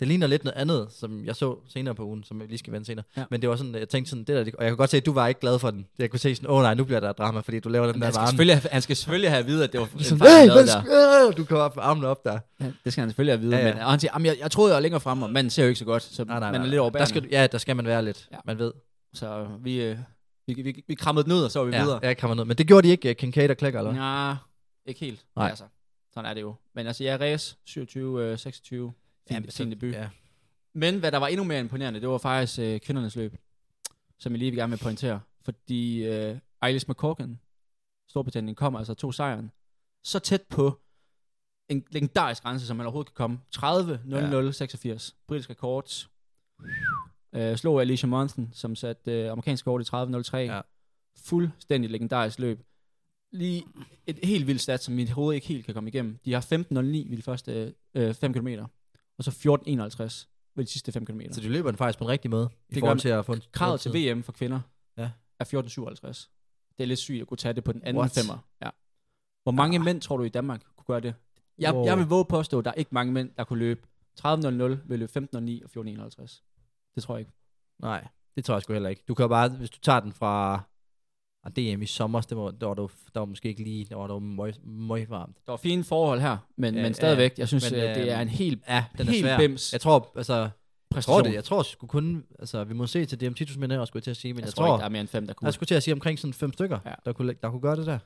Det ligner lidt noget andet, som jeg så senere på ugen, som jeg lige skal vende senere. Ja.
Ja.
Men det var sådan, jeg tænkte sådan, det der, det- og jeg kunne godt se, at du var ikke glad for den. Jeg kunne se sådan, åh oh, nej, nu bliver der drama, fordi du laver den der
Han, skal
varme.
selvfølgelig, have- han skal selvfølgelig have at vide, at det var en
Sådan,
fejl, han
hey,
lavede
hvad
der.
sker? der?" du kommer op med armene op der.
Ja, det skal han selvfølgelig have at vide.
Ja,
Ja,
ja.
ja. Men, og han siger, "Jamen, jeg, jeg troede, jeg var længere fremme, og manden ser jo ikke så godt, så
Nej, nej, nej.
man er lidt
der
overbærende.
skal, ja, der skal man være lidt, ja.
Ja.
man ved.
Så vi, øh, vi, vi, vi krammede den ud, og så var vi videre.
Ja, ja, kan man noget. Men det gjorde de ikke, øh, Kincaid og Klækker, eller? hvad?
Nej, ikke helt.
Nej.
Altså, sådan er det jo. Men altså, jeg ja, race 27, øh, 26, fin, ja,
så-
fin debut. Ja.
Ja.
Men hvad der var endnu mere imponerende, det var faktisk øh, kvindernes løb, som jeg lige vil gerne vil pointere. Fordi øh, Eilish McCorkin, Storbritannien, kom altså to sejren. Så tæt på en legendarisk grænse, som man overhovedet kan komme. 30 00 86 Britisk rekord. Øh, slog Alicia Monson, som satte øh, amerikansk rekord i 30 03
Ja.
ja. Fuldstændig legendarisk løb. Lige et helt vildt stat, som mit hoved ikke helt kan komme igennem. De har 15.09 ved de første 5 km, og så 14.51 ved de sidste 5 km.
Så de løber den faktisk på en rigtig måde, i
Det
forhold
gør
til at få en
Kravet til VM for kvinder
Ja.
ja. er 14.57. Det er lidt sygt at kunne tage det på den anden
What? Ah.
What? femmer. Ja. Hvor mange mænd tror du i Danmark kunne gøre det? Jeg,
Wow.
wow. jeg vil våge påstå, at der er ikke mange mænd, der kunne løbe 30.00, vil løbe 15.09 og 14.51. Det tror jeg ikke.
Nej, det tror jeg sgu heller ikke. Du kan jo bare, hvis du tager den fra ah, DM i sommer, det var, der, var du, der var måske ikke lige, der var du møg, møg varmt.
Der var fine forhold her, men,
Ja,
ja, men stadigvæk, jeg synes,
men,
men, øh, det
øh,
er en helt,
Ja, den
helt
er svær.
bims
Jeg tror, altså, jeg
præstation.
tror det, jeg tror sgu kun, altså, vi må se til DM titelsmænd og skulle jeg til at sige, men
jeg,
jeg,
tror, ikke, der
der
er mere end fem, der kunne.
jeg skulle til at sige omkring sådan fem stykker, ja.
Ja.
der, kunne, der kunne gøre det der.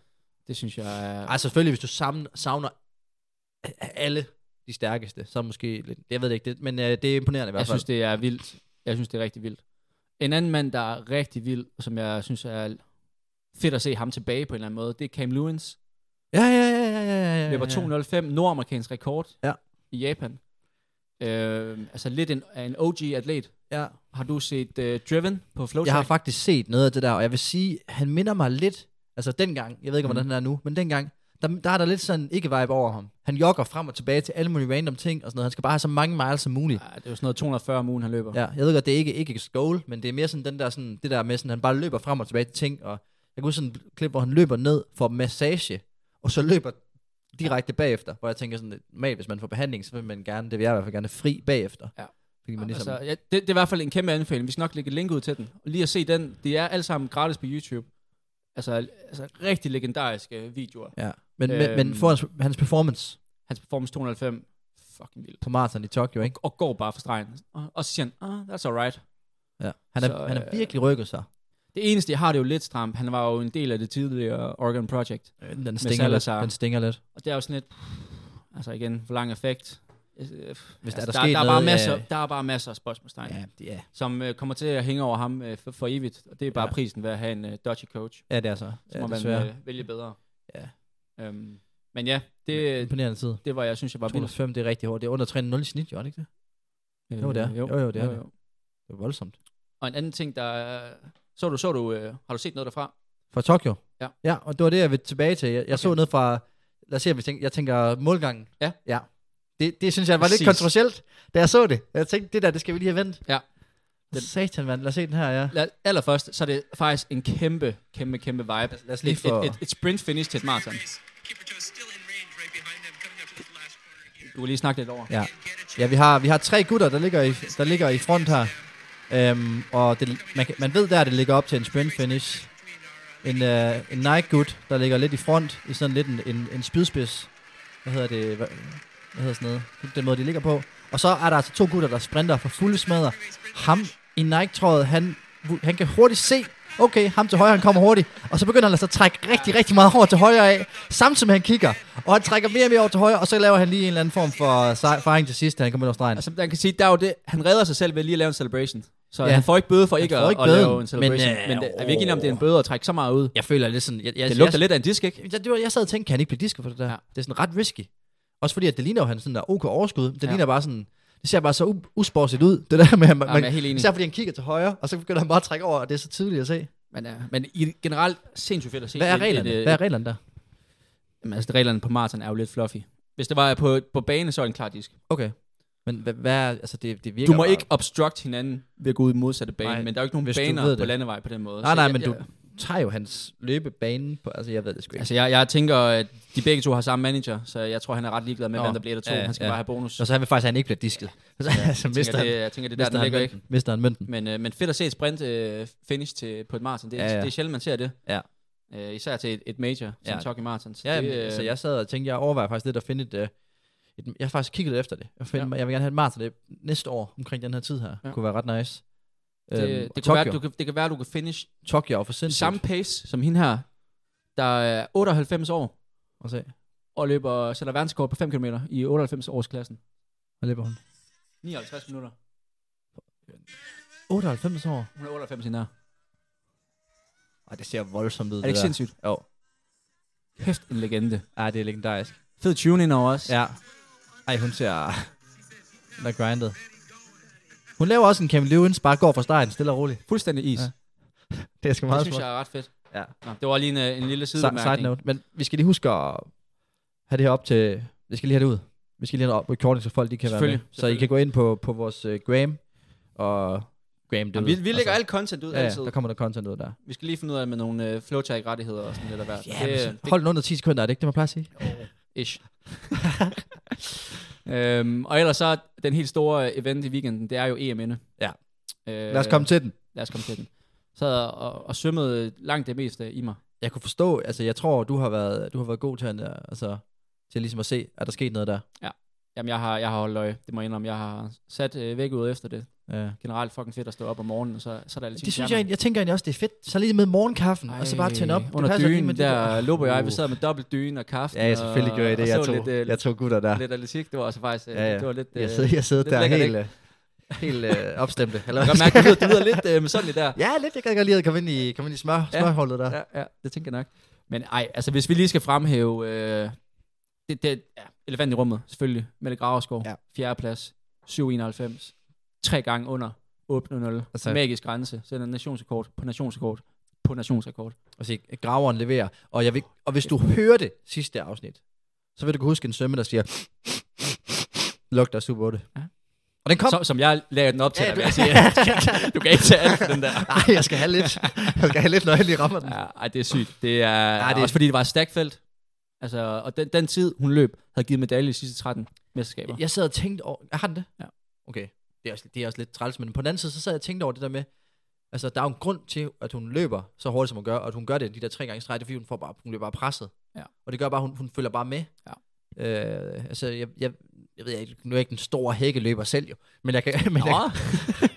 Det synes jeg er...
Ej, Altså, selvfølgelig, hvis du savner, savner alle de stærkeste, så måske lidt, jeg ved det ikke, det, men øh, det er imponerende i hvert
Jeg
fald.
synes, det er vildt. Jeg synes, det er rigtig vildt. En anden mand, der er rigtig vild, og som jeg synes er fedt at se ham tilbage på en eller anden måde, det er Cam Lewins.
Ja, ja, ja, ja, ja, ja, ja.
Løber 2.05, nordamerikansk rekord
Øh. Ja.
i Japan. Øh, altså lidt en, er en OG-atlet.
Ja.
Har du set uh, Driven på Flowtrack?
Jeg har faktisk set noget af det der, og jeg vil sige, han minder mig lidt, altså dengang, jeg ved ikke, hvordan han er nu, men dengang, der, der er der lidt sådan ikke-vibe over ham. Han jogger frem og tilbage til alle mulige random ting og sådan noget. Han skal bare have så mange miles som muligt.
Ej, det er jo sådan noget 240 om ugen, han løber.
Ja, jeg ved godt, det er ikke, ikke skål, men det er mere sådan den der, sådan, det der med, sådan, han bare løber frem og tilbage til ting, og jeg kan huske sådan et klip, hvor han løber ned for massage, og så løber direkte bagefter, hvor jeg tænker sådan, normalt hvis man får behandling, så vil man gerne, det vil jeg i hvert fald gerne, fri bagefter.
Ja.
Fordi man ligesom,
Altså, ja, det, det er i hvert fald en kæmpe anbefaling. Vi skal nok lægge et link ud til den. Og lige at se den. Det er alt sammen gratis på YouTube. Altså, altså rigtig legendariske øh, videoer.
ja. Men, men, men
Øhm.
for hans, hans performance
Hans performance 205. Fucking vildt.
på maraton i Tokyo, ikke?
og går bare for stregen. Og, og så siger han, ah, that's alright.
Ja. Han, er, så,
Så,
han er
øh,
virkelig rykket sig.
Det eneste, jeg har det jo lidt stramt, han var jo en del af det tidligere Oregon Project.
Den stinger, lidt.
Salazar.
den stinger lidt.
Og det er jo sådan lidt, altså igen, for lang effekt. Hvis
Hvis der, er der,
der,
sket
der, er
noget,
bare masser,
øh,
der er bare masser af spørgsmålstegn, ja.
Ja, det er,
som øh, kommer til at hænge over ham øh, for, for evigt. Og det er bare
Ja.
ja. prisen ved at have en øh, dodgy coach.
ja, det er så.
Så
Ja,
må man
desværre.
øh, vælge bedre.
Ja.
Øhm, men ja, det,
Imponerende tid.
det var, jeg synes, jeg var vildt.
205, det er rigtig hårdt. Det er under 3-0 i snit, jo, er det ikke det? Jo, det er.
Øh,
Jo, jo, det er det. Det er voldsomt.
Og en anden ting, der... er- Så du, så du, øh, har du set noget derfra?
Fra Tokyo?
Ja.
Ja, og det var det, jeg ville tilbage til. Jeg, jeg okay. så
Okay.
noget fra, lad os se, om vi tænker, jeg tænker målgangen.
Ja.
Ja. Det, det synes jeg var lidt
Præcis.
kontroversielt, da jeg så det. Jeg tænkte, det der, det skal vi lige have vendt.
Ja.
Den. Satan, mand. Lad os se den her, ja.
Lad, allerførst, så er det faktisk en kæmpe, kæmpe, kæmpe vibe. Lad
os lige
et,
få-
et, et, et sprint finish til et maraton. du har lige snakket lidt over.
Ja, ja vi, har, vi har tre gutter, der ligger i, der ligger i front her. Øhm, og det, man, kan- man ved der, at det ligger op til en sprint finish. En, øh, en Nike-gut, der ligger lidt i front, i sådan lidt en, en, en spydspids. Hvad hedder det? Hvad, hvad hedder sådan noget? Den måde, de ligger på. Og så er der altså to gutter, der sprinter for fulde smadder. Ham i Nike-trøjet, han, han kan hurtigt se, okay, ham til højre, han kommer hurtigt. Og så begynder han altså at trække rigtig, rigtig meget hårdt til højre af, samtidig med at han kigger. Og han trækker mere og mere over til højre, og så laver han lige en eller anden form for sej- fejring til sidst, da han kommer ind over stregen.
Altså, man kan sige, der er jo det, han redder sig selv ved lige at lave en celebration. Så
Ja.
ja. han får ikke bøde for ikke,
får
at,
ikke
at
bøden,
lave en celebration.
men, øh,
Men, men det, er vi ikke enige om, det er en bøde at trække så meget ud?
Jeg føler lidt sådan... Jeg, jeg,
Det lugter
jeg,
lidt af en disk, ikke?
Jeg, det var, jeg sad og tænkte, kan han ikke blive disket for det der? Ja.
Ja.
Det er sådan ret risky. Også fordi, at det ligner jo, han sådan der ok overskud. Det ja.
Ja.
ligner bare sådan... Det ser bare så u- usportsigt ud, det der med, at man,
Jamen,
man,
jeg er helt enig.
især fordi han kigger til højre, og så begynder han bare at trække over, og det er så tydeligt at se.
Men, ja. men i, generelt sindssygt fedt at se.
øh, Hvad er
Et-
reglerne?
et, øh,
Hvad er reglerne der?
Jamen, altså, reglerne på maraton er jo lidt fluffy. Hvis det var på, på bane, så er det en klar disk.
Okay. Men hvad, hvad er, altså det, det virker
Du må
bare-
ikke obstruct hinbanen ved at gå ud i modsatte bane,
Nej,
men der er jo ikke nogen
hvis du
baner
ved
på
det.
landevej på den måde.
Nej,
Så
nej,
jeg-
men du
jeg-
tager jo hans løbebane på, altså jeg ved det sgu ikke. Altså,
Altså, jeg, jeg tænker, at de begge to har samme manager, så jeg tror, han er ret ligeglad med,
Nå,
hvem der bliver der to.
ja,
Han skal
ja.
bare have bonus.
og så han vil faktisk, at han ikke bliver disket. Så, ja, så
Jeg
mister
tænker,
han,
det, jeg tænker, det er der,
mister
den
han
ligger, ikke?
mønten. Mister han mønten.
Men, øh, men fedt at se et sprint øh, finish til, på et maraton. Det, er-
Ja, ja.
det er sjældent, man ser det.
Ja.
Øh, især til et, et major,
Ja.
som ja. Tokyo Marathon. Så
Ja,
det,
jamen,
øh,
altså jeg sad og tænkte, jeg overvejer faktisk lidt at finde et... øh, et jeg har faktisk kigget lidt efter det. Jeg, finder, ja. jeg vil gerne have et maratonløb næste år omkring den her tid her. Ja. Det
Ja.
kunne være ret nice.
det, det,
øhm, og
kan være,
Tokyo.
du kan, det kan være, at du kan finish
Tokyo er jo for
det
sindssygt.
samme pace som hende her, der er 98 år
Prøv at se.
og løber, sætter verdenskort på 5 km i 98-årsklassen.
Hvad løber hun?
59 minutter.
98 år.
Hun er 98 hende her.
Ej, det ser voldsomt ud,
Er det ikke sindssygt?
Jo.
Kæft en legende.
Ej, det er legendarisk.
Fed tune ind over os.
Ja. Ej, hun ser... Hun er grindet. Hun laver også en Kevin Lewins, bare går fra starten, stille og roligt.
Fuldstændig is.
Ja.
Ja.
Det er sgu
Det
meget
synes
smukt.
jeg er ret fedt.
Ja.
Nå, det var lige en, øh, en lille
Si-
sidebemærkning.
Side note. Men vi skal lige huske at have det her op til... Vi skal lige have det ud. Vi skal lige have det op recording, så folk de kan være med.
Selvfølgelig,
Så I kan gå ind på, på vores uh, gram og gram det
Jamen,
ud.
vi, vi lægger alt content ud
Altså- ja, ja,
altid.
der kommer der content ud der.
Vi skal lige finde ud af med nogle øh, flowtag-rettigheder og sådan lidt af hvert.
Ja, det, det, hold den under 10 sekunder, er det ikke det, man plejer at sige?
Ish. øhm, og ellers så den helt store event i weekenden, det er jo EM'erne.
Ja.
Øh,
Lad os komme til den.
Lad os komme til den. Så og, og svømmede langt det meste i mig.
Jeg kunne forstå, altså jeg tror, du har været, du har været god til, at, altså, til ligesom at se, er der sket noget der?
Jamen, jeg har, jeg har holdt øje, det må jeg indrømme. Jeg har sat øh, væk ud efter det.
Ja.
Generelt fucking fedt at stå op om morgenen, og så, så er der lidt
Det synes jeg, egentlig- jeg tænker egentlig også, det er fedt. Så lige med morgenkaffen, Ej, og så bare tænde op. Det
Under
passer lige med
dynen,
det
der lå jeg, vi
Uh.
sad med dobbelt dyne og kaffe.
Ja, jeg selvfølgelig gjorde jeg det. Jeg
og så
tog,
lidt, øh,
jeg tog gutter der.
lidt atletik. Det var også faktisk, øh,
Ja, ja.
det var lidt...
Jeg
øh,
sidder, jeg sidder
lidt
der
lækkert,
helt, øh, helt øh, opstemte. Eller
Jeg
hvad
kan godt mærke, det lyder, det lyder lidt øh, sådan der.
Ja, lidt. Jeg kan godt lide at komme ind i, komme ind i smør,
Ja.
smørhullet der.
Ja, ja, det tænker jeg nok. Men ej, altså hvis vi lige skal fremhæve, øh, det, det ja, elefant i rummet, selvfølgelig, Mette Graverskov,
Ja.
ja. fjerdeplads, 791, tre gange under 800,
Altså-
altså, magisk grænse, sætter nationsrekord på nationsrekord på nationsrekord.
Og se, graveren leverer. Og, jeg vil, og hvis du hører det sidste afsnit, så vil du kunne huske en sømme, der siger, lugter af Super 8. Ja.
Ja.
Og den kom.
Så, som jeg lagde den op til
Ja,
dig,
du-
vil jeg sige. Du kan ikke tage alt for den der.
Nej, jeg skal have lidt. Jeg skal have lidt, når jeg lige rammer den.
Ja, ej, det er sygt. Det er,
Ja,
ja,
det
det
er-
også fordi, det var et stagfelt. Altså, og den, den tid, hun løb, havde givet medalje i de sidste 13 mesterskaber.
Jeg sad og tænkte over... Har den det?
Ja.
Okay. Det er, også, det er også lidt træls, men på den anden side, så sad jeg og tænkte over det der med, altså der er jo en grund til, at hun løber så hurtigt, som hun gør, og at hun gør det de der tre gange i streg, det er fordi, hun, får bare, hun bliver bare presset.
Ja.
Og det gør bare, hun, hun følger bare med.
Ja.
Øh, altså, jeg, jeg, jeg ved ikke, nu er jeg ikke den store hækkeløber selv jo, men jeg kan, men
Nå.
jeg,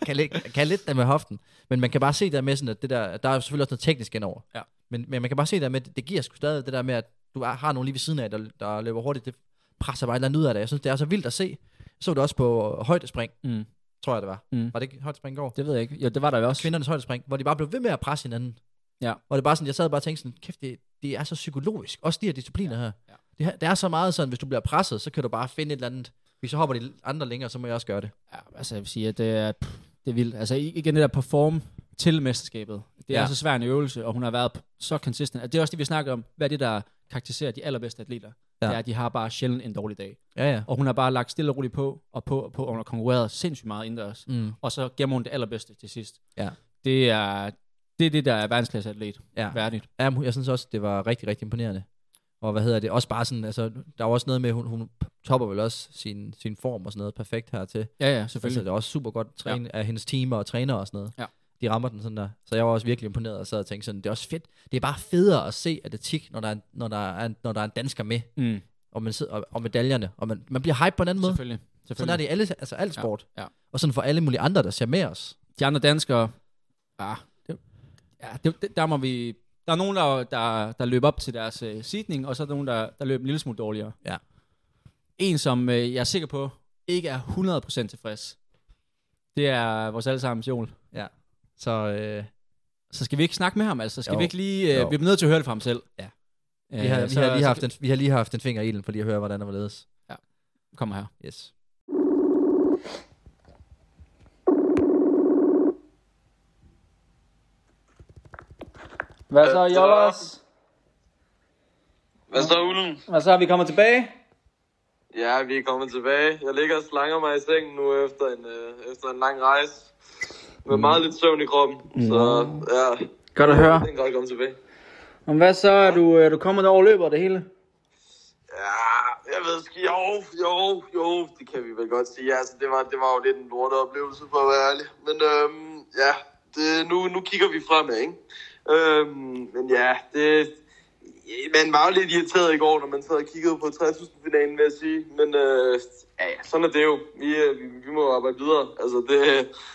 kan, lidt, kan lidt der med hoften. Men man kan bare se der med sådan, at det der, der er jo selvfølgelig også noget teknisk indover.
Ja.
Men, men man kan bare se der med, det, det giver sgu stadig det der med, at du har- har nogen lige ved siden af, der, der løber hurtigt. Det presser bare et eller andet ud af det. Jeg synes, det er så vildt at se. Jeg så det også på højdespring,
Mm.
tror jeg det var.
Mm.
Var det ikke højdespring i går?
Det ved jeg ikke. Jo, det var der jo også.
Kvindernes højdespring, hvor de bare blev ved med at presse hinanden.
Ja.
Og det er bare sådan, jeg sad bare og tænkte sådan, kæft, det, det er så psykologisk. Også de her discipliner her.
Ja.
Det, her- det er så meget sådan, hvis du bliver presset, så kan du bare finde et eller andet. Hvis så hopper de andre længere, så må jeg også gøre det.
Ja, altså jeg vil sige, at det er, pff, det er vildt. Altså i- igen det der perform til mesterskabet. Det er
Ja.
ja. så svær en øvelse, og hun har været p- så consistent. Og det er også det, vi snakker om. Hvad er det, der karakteriserer de allerbedste atleter?
Ja.
Ja. Det er, at de har bare sjældent en dårlig dag.
Ja, ja.
Og hun har bare lagt stille og roligt på, og på og på, og hun har konkurreret sindssygt meget indendørs.
Mm.
Og så gemmer hun det allerbedste til sidst.
Ja.
Det er det, er det der er verdensklasse atlet.
Ja.
Værdigt.
Ja, men jeg synes også, det var rigtig, rigtig imponerende. Og hvad hedder det? Også bare sådan, altså, der er jo også noget med, hun, hun topper vel også sin, sin form og sådan noget perfekt hertil.
Ja, ja,
Altså,
selvfølgelig.
det er også super godt træne ja. af hendes timer og træner og sådan noget.
Ja.
De rammer den sådan der. Så jeg var også virkelig imponeret og sad og tænkte sådan, det er også fedt. Det er bare federe at se atletik, når der er, når der er, når der er en dansker med.
Mm,
Og, man sidder, og, og medaljerne. Og man, man bliver hype på en anden måde.
selvfølgelig. selvfølgelig.
Sådan er det i alle, altså alt
Ja,
sport.
ja.
Og sådan for alle mulige andre, der ser med os.
De andre danskere, ah, det, ja, det, det, der må vi... Der er nogen, der, der, der løber op til deres øh, sidning, og så er der nogen, der, der løber en lille smule dårligere.
Ja.
En, som øh, jeg er sikker på, ikke er 100% tilfreds, det er vores allesammens Joel.
Ja. Så øh,
Så skal vi ikke snakke med ham, altså? Skal
Jo.
vi ikke lige...
Jo.
Øh, vi bliver nødt til at høre det fra ham selv.
Ja.
Øh,
vi, har, vi,
så-
har lige
så
haft en, vi har lige haft en finger i den, for lige at høre, hvordan der var ledes.
Kommer her.
Yes.
Hvad så, Jollers?
Hvad så, Ulven?
Hvad så, er vi kommet tilbage?
Ja, vi er kommet tilbage. Jeg ligger og slanger mig i sengen nu efter en, øh, efter en lang rejse.
Mm.
Med meget lidt søvn i kroppen. Så ja,
Godt at
det er godt komme tilbage.
Men hvad så, er du, er du kommet over løbet det hele?
Ja, jeg ved sgu, jo, jo, jo, det kan vi vel godt sige. Altså, det var, det var jo lidt en lorte oplevelse, for at være ærlig. Men øhm, ja, det, nu, nu kigger vi fremad, ikke? Øhm, men ja, det, man var jo lidt irriteret i går, når man sad og kiggede på 60.000-finalen, vil jeg sige. Men øh, ja, ja, sådan er det jo. Vi, øh, vi, vi må jo arbejde videre. Altså, det,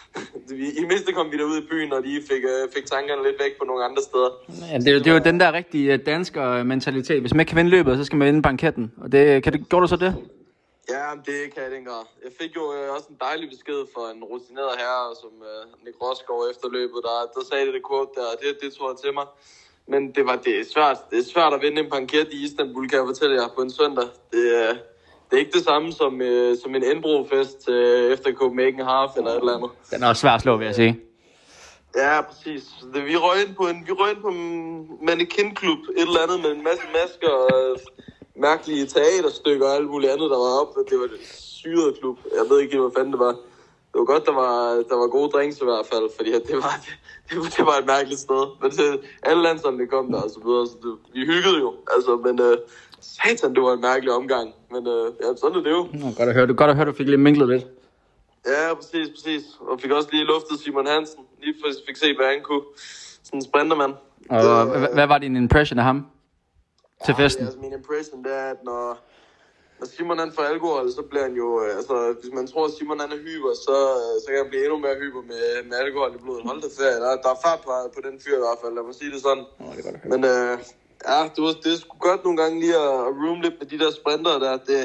det, vi, I mindste kom vi derud i byen, og de fik, øh, fik tankerne lidt væk på nogle andre steder.
Ja, det, er jo- det er jo den der rigtige øh, dansker mentalitet. Hvis man ikke kan vinde løbet, så skal man vinde banketten. Og det, kan det, gjorde du så det?
Ja, men det kan jeg den grad. Jeg fik jo øh, også en dejlig besked fra en rutineret herre, som øh, Nick Rosgaard efter løbet, der, der sagde det, det quote der, og det, det tror jeg til mig. Men det var det er svært. Det er svært at vinde en banket i Istanbul, kan jeg fortælle jer, på en søndag. Det, øh, det er ikke det samme som, øh, som en indbrofest øh, efter Copenhagen Half eller et eller andet.
Den er også svær at slå, vil jeg sige.
Ja, præcis. Det, vi røg ind på en, vi røg ind på en mannequin-klub, et eller andet med en masse masker og øh, mærkelige teaterstykker og alt muligt andet, der var oppe. Det var en syret klub. Jeg ved ikke helt, hvad fanden det var. Det var godt, der var, der var gode drinks i hvert fald, fordi at det var, det, det, var- det var et mærkeligt sted. Men det, alle landsholdene kom der og så videre, så det, vi hyggede jo. Altså, men øh, satan, det var en mærkelig omgang. Men øh, ja, sådan er det jo.
Nå, godt at høre, du, godt at høre, du fik lidt minklet lidt.
Ja, præcis, præcis. Og fik også lige luftet Simon Hansen. Lige fik- fik se, hvad han kunne. Sådan en sprintermand.
Og hva- hvad var din impression af ham? Til festen?
Altså, min impression det er, at når, når Simon han får alkohol, så bliver han jo... øh, Altså, hvis man tror, at Simon han er hyper, så, øh, så kan han blive endnu mere hyper med, med alkohol i blodet. Hold da ferie. Der, der er fart på, på den fyr i hvert fald, lad mig sige det sådan. Men øh, ja, det, var, det er sgu godt nogle gange lige at, at room lidt med de der sprinter der. Det,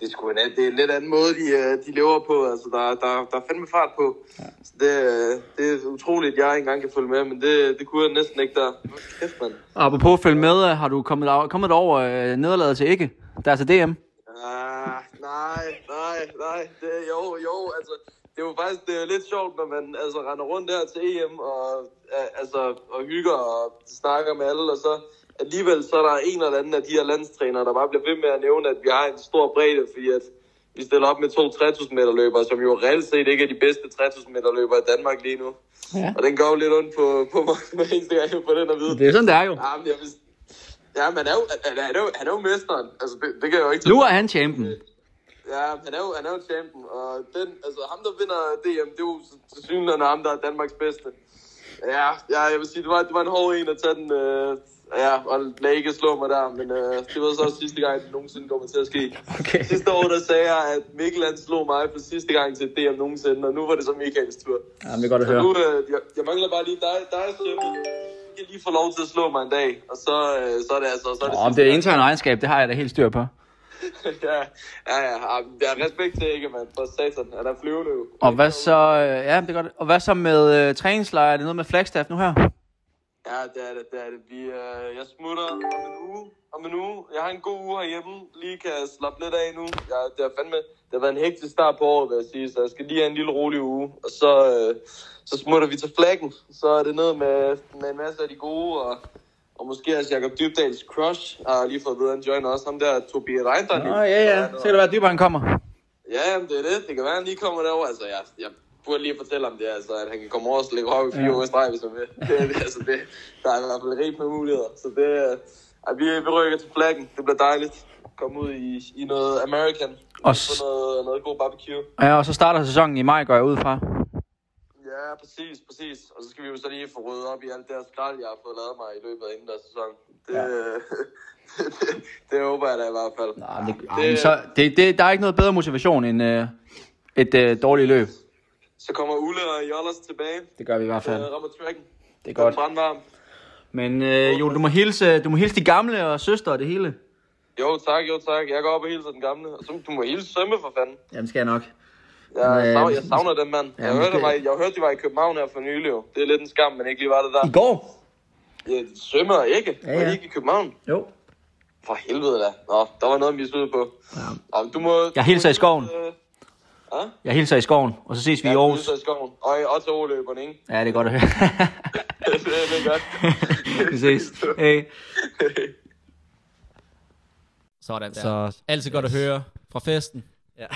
det er sgu en, an- det er en lidt anden måde, de, øh, de lever på. Altså, der, der, der er fandme fart på. Ja. Så det, øh, det er utroligt, at jeg ikke engang kan følge med, men det, det kunne jeg næsten ikke der. Hold Kæft, mand.
Og apropos følge med, øh, har du kommet, over- kommet over øh, nederlaget til ikke? Der er til DM.
Ah, nej, nej, nej. Det, jo, jo, altså, det er jo faktisk det er lidt sjovt, når man altså, render rundt der til EM og, øh, altså, og hygger og snakker med alle, og så alligevel så er der en eller anden af de her landstrænere, der bare bliver ved med at nævne, at vi har en stor bredde, fordi at vi stiller op med to 3000 meter løbere, som jo reelt set ikke er de bedste 3000 meter løbere i Danmark lige nu. Ja. Og den går jo lidt ondt på, på mig, hver eneste gang jeg får den at vide.
Det er sådan, det er jo.
Ja, men jeg vil... Ja, men han er jo, han er, han er jo, han er jo mesteren. Altså, det, det kan jeg jo ikke
Nu er han champion.
Ja, han er jo, han er jo champion, og den, altså, ham, der vinder DM, det er jo til synligheden ham, der er Danmarks bedste. Ja, ja jeg vil sige, det var, det var en hård en at tage den, øh, ja, og lade ikke slå mig der, men øh, det var så også sidste gang, det nogensinde kommer til at ske.
Okay.
Sidste år, der sagde jeg, at Mikkel han slog mig for sidste gang til DM nogensinde, og nu var det så Michaels tur.
Ja, det er godt at
Så nu, øh, jeg, jeg mangler bare lige dig, dig Sømme. Du kan lige få lov til at slå mig en dag, og så, øh, så er det altså... Så er det,
Om det er intern regnskab, det har jeg da helt styr på.
ja, ja, ja, ja, ja, respekt til ikke, mand. For satan, han er flyvende jo.
Og hvad så, øh, ja, det er godt. Og hvad så med øh, træningslejr? Er det noget med Flagstaff nu her?
Ja, det er det, det er det. Vi, øh, jeg smutter om en uge. Om en uge. Jeg har en god uge herhjemme. Lige kan jeg slappe lidt af nu. Jeg, det, har fandme, det har været en hektisk start på året, vil jeg sige. Så jeg skal lige have en lille rolig uge. Og så, øh, så smutter vi til flaggen. Så er det noget med, med en masse af de gode. Og, og måske også Jacob Dybdals crush. Jeg har lige fået videre en joiner også. Ham der, Tobi Reindern.
Nå, ja, ja. Så kan det være, at dybere han kommer.
Ja, jamen, det er det. Det kan være, han lige kommer derover. Altså, jeg, jeg burde lige fortælle ham det, altså, at han kan komme over og slække røv i fire ja. uger i streg, hvis han vil. Det, det, altså, det, der er i hvert fald rigt med muligheder. Så det, øh, Ej, vi, vi rykker til flaggen. Det bliver dejligt. Kom ud i, i noget American.
Og
Få
s-
noget, noget god barbecue.
Ja, og så starter sæsonen i maj, går jeg ud fra.
Ja, præcis, præcis. Og så skal vi jo så lige få ryddet op i alt det her skrald, jeg har fået lavet mig i løbet af indendørs sæson. Det, ja. det, det, det, håber jeg da i hvert fald.
Ej, men det, ej, men så, det, det, der er ikke noget bedre motivation end øh, et øh, dårligt løb.
Så kommer Ulle og Jollers tilbage.
Det gør vi i hvert fald.
Øh, rammer tracken.
Det er godt.
Brandvarm.
Men øh, jo, du må, hilse, du må hilse de gamle og søster og det hele.
Jo tak, jo tak. Jeg går op og hilser den gamle. Og så, du må hilse Sømme for fanden.
Jamen skal jeg nok.
Jeg,
Men,
savner,
øh,
jeg savner den mand.
ja,
jeg,
men
hørte,
det-
det... var, i- jeg hørte, de var i København her for nylig. jo. Det er lidt en skam, men ikke lige var det der.
I går?
Ja, Sømme og ikke.
ja.
Ja, ja. Var de ikke i København?
Jo.
For helvede da. Nå, der var noget, vi skulle på. Ja. Nå, men du må...
Jeg hilser i skoven.
Øh,
Jeg hilser i skoven, og så ses vi i
ja, du
Aarhus.
hilser i skoven. Og i også overløberne, ikke?
Ja, det er godt at høre.
det, det er godt.
vi ses. Hey.
Sådan der. Så,
Så,
Altid godt at høre fra festen,
ja.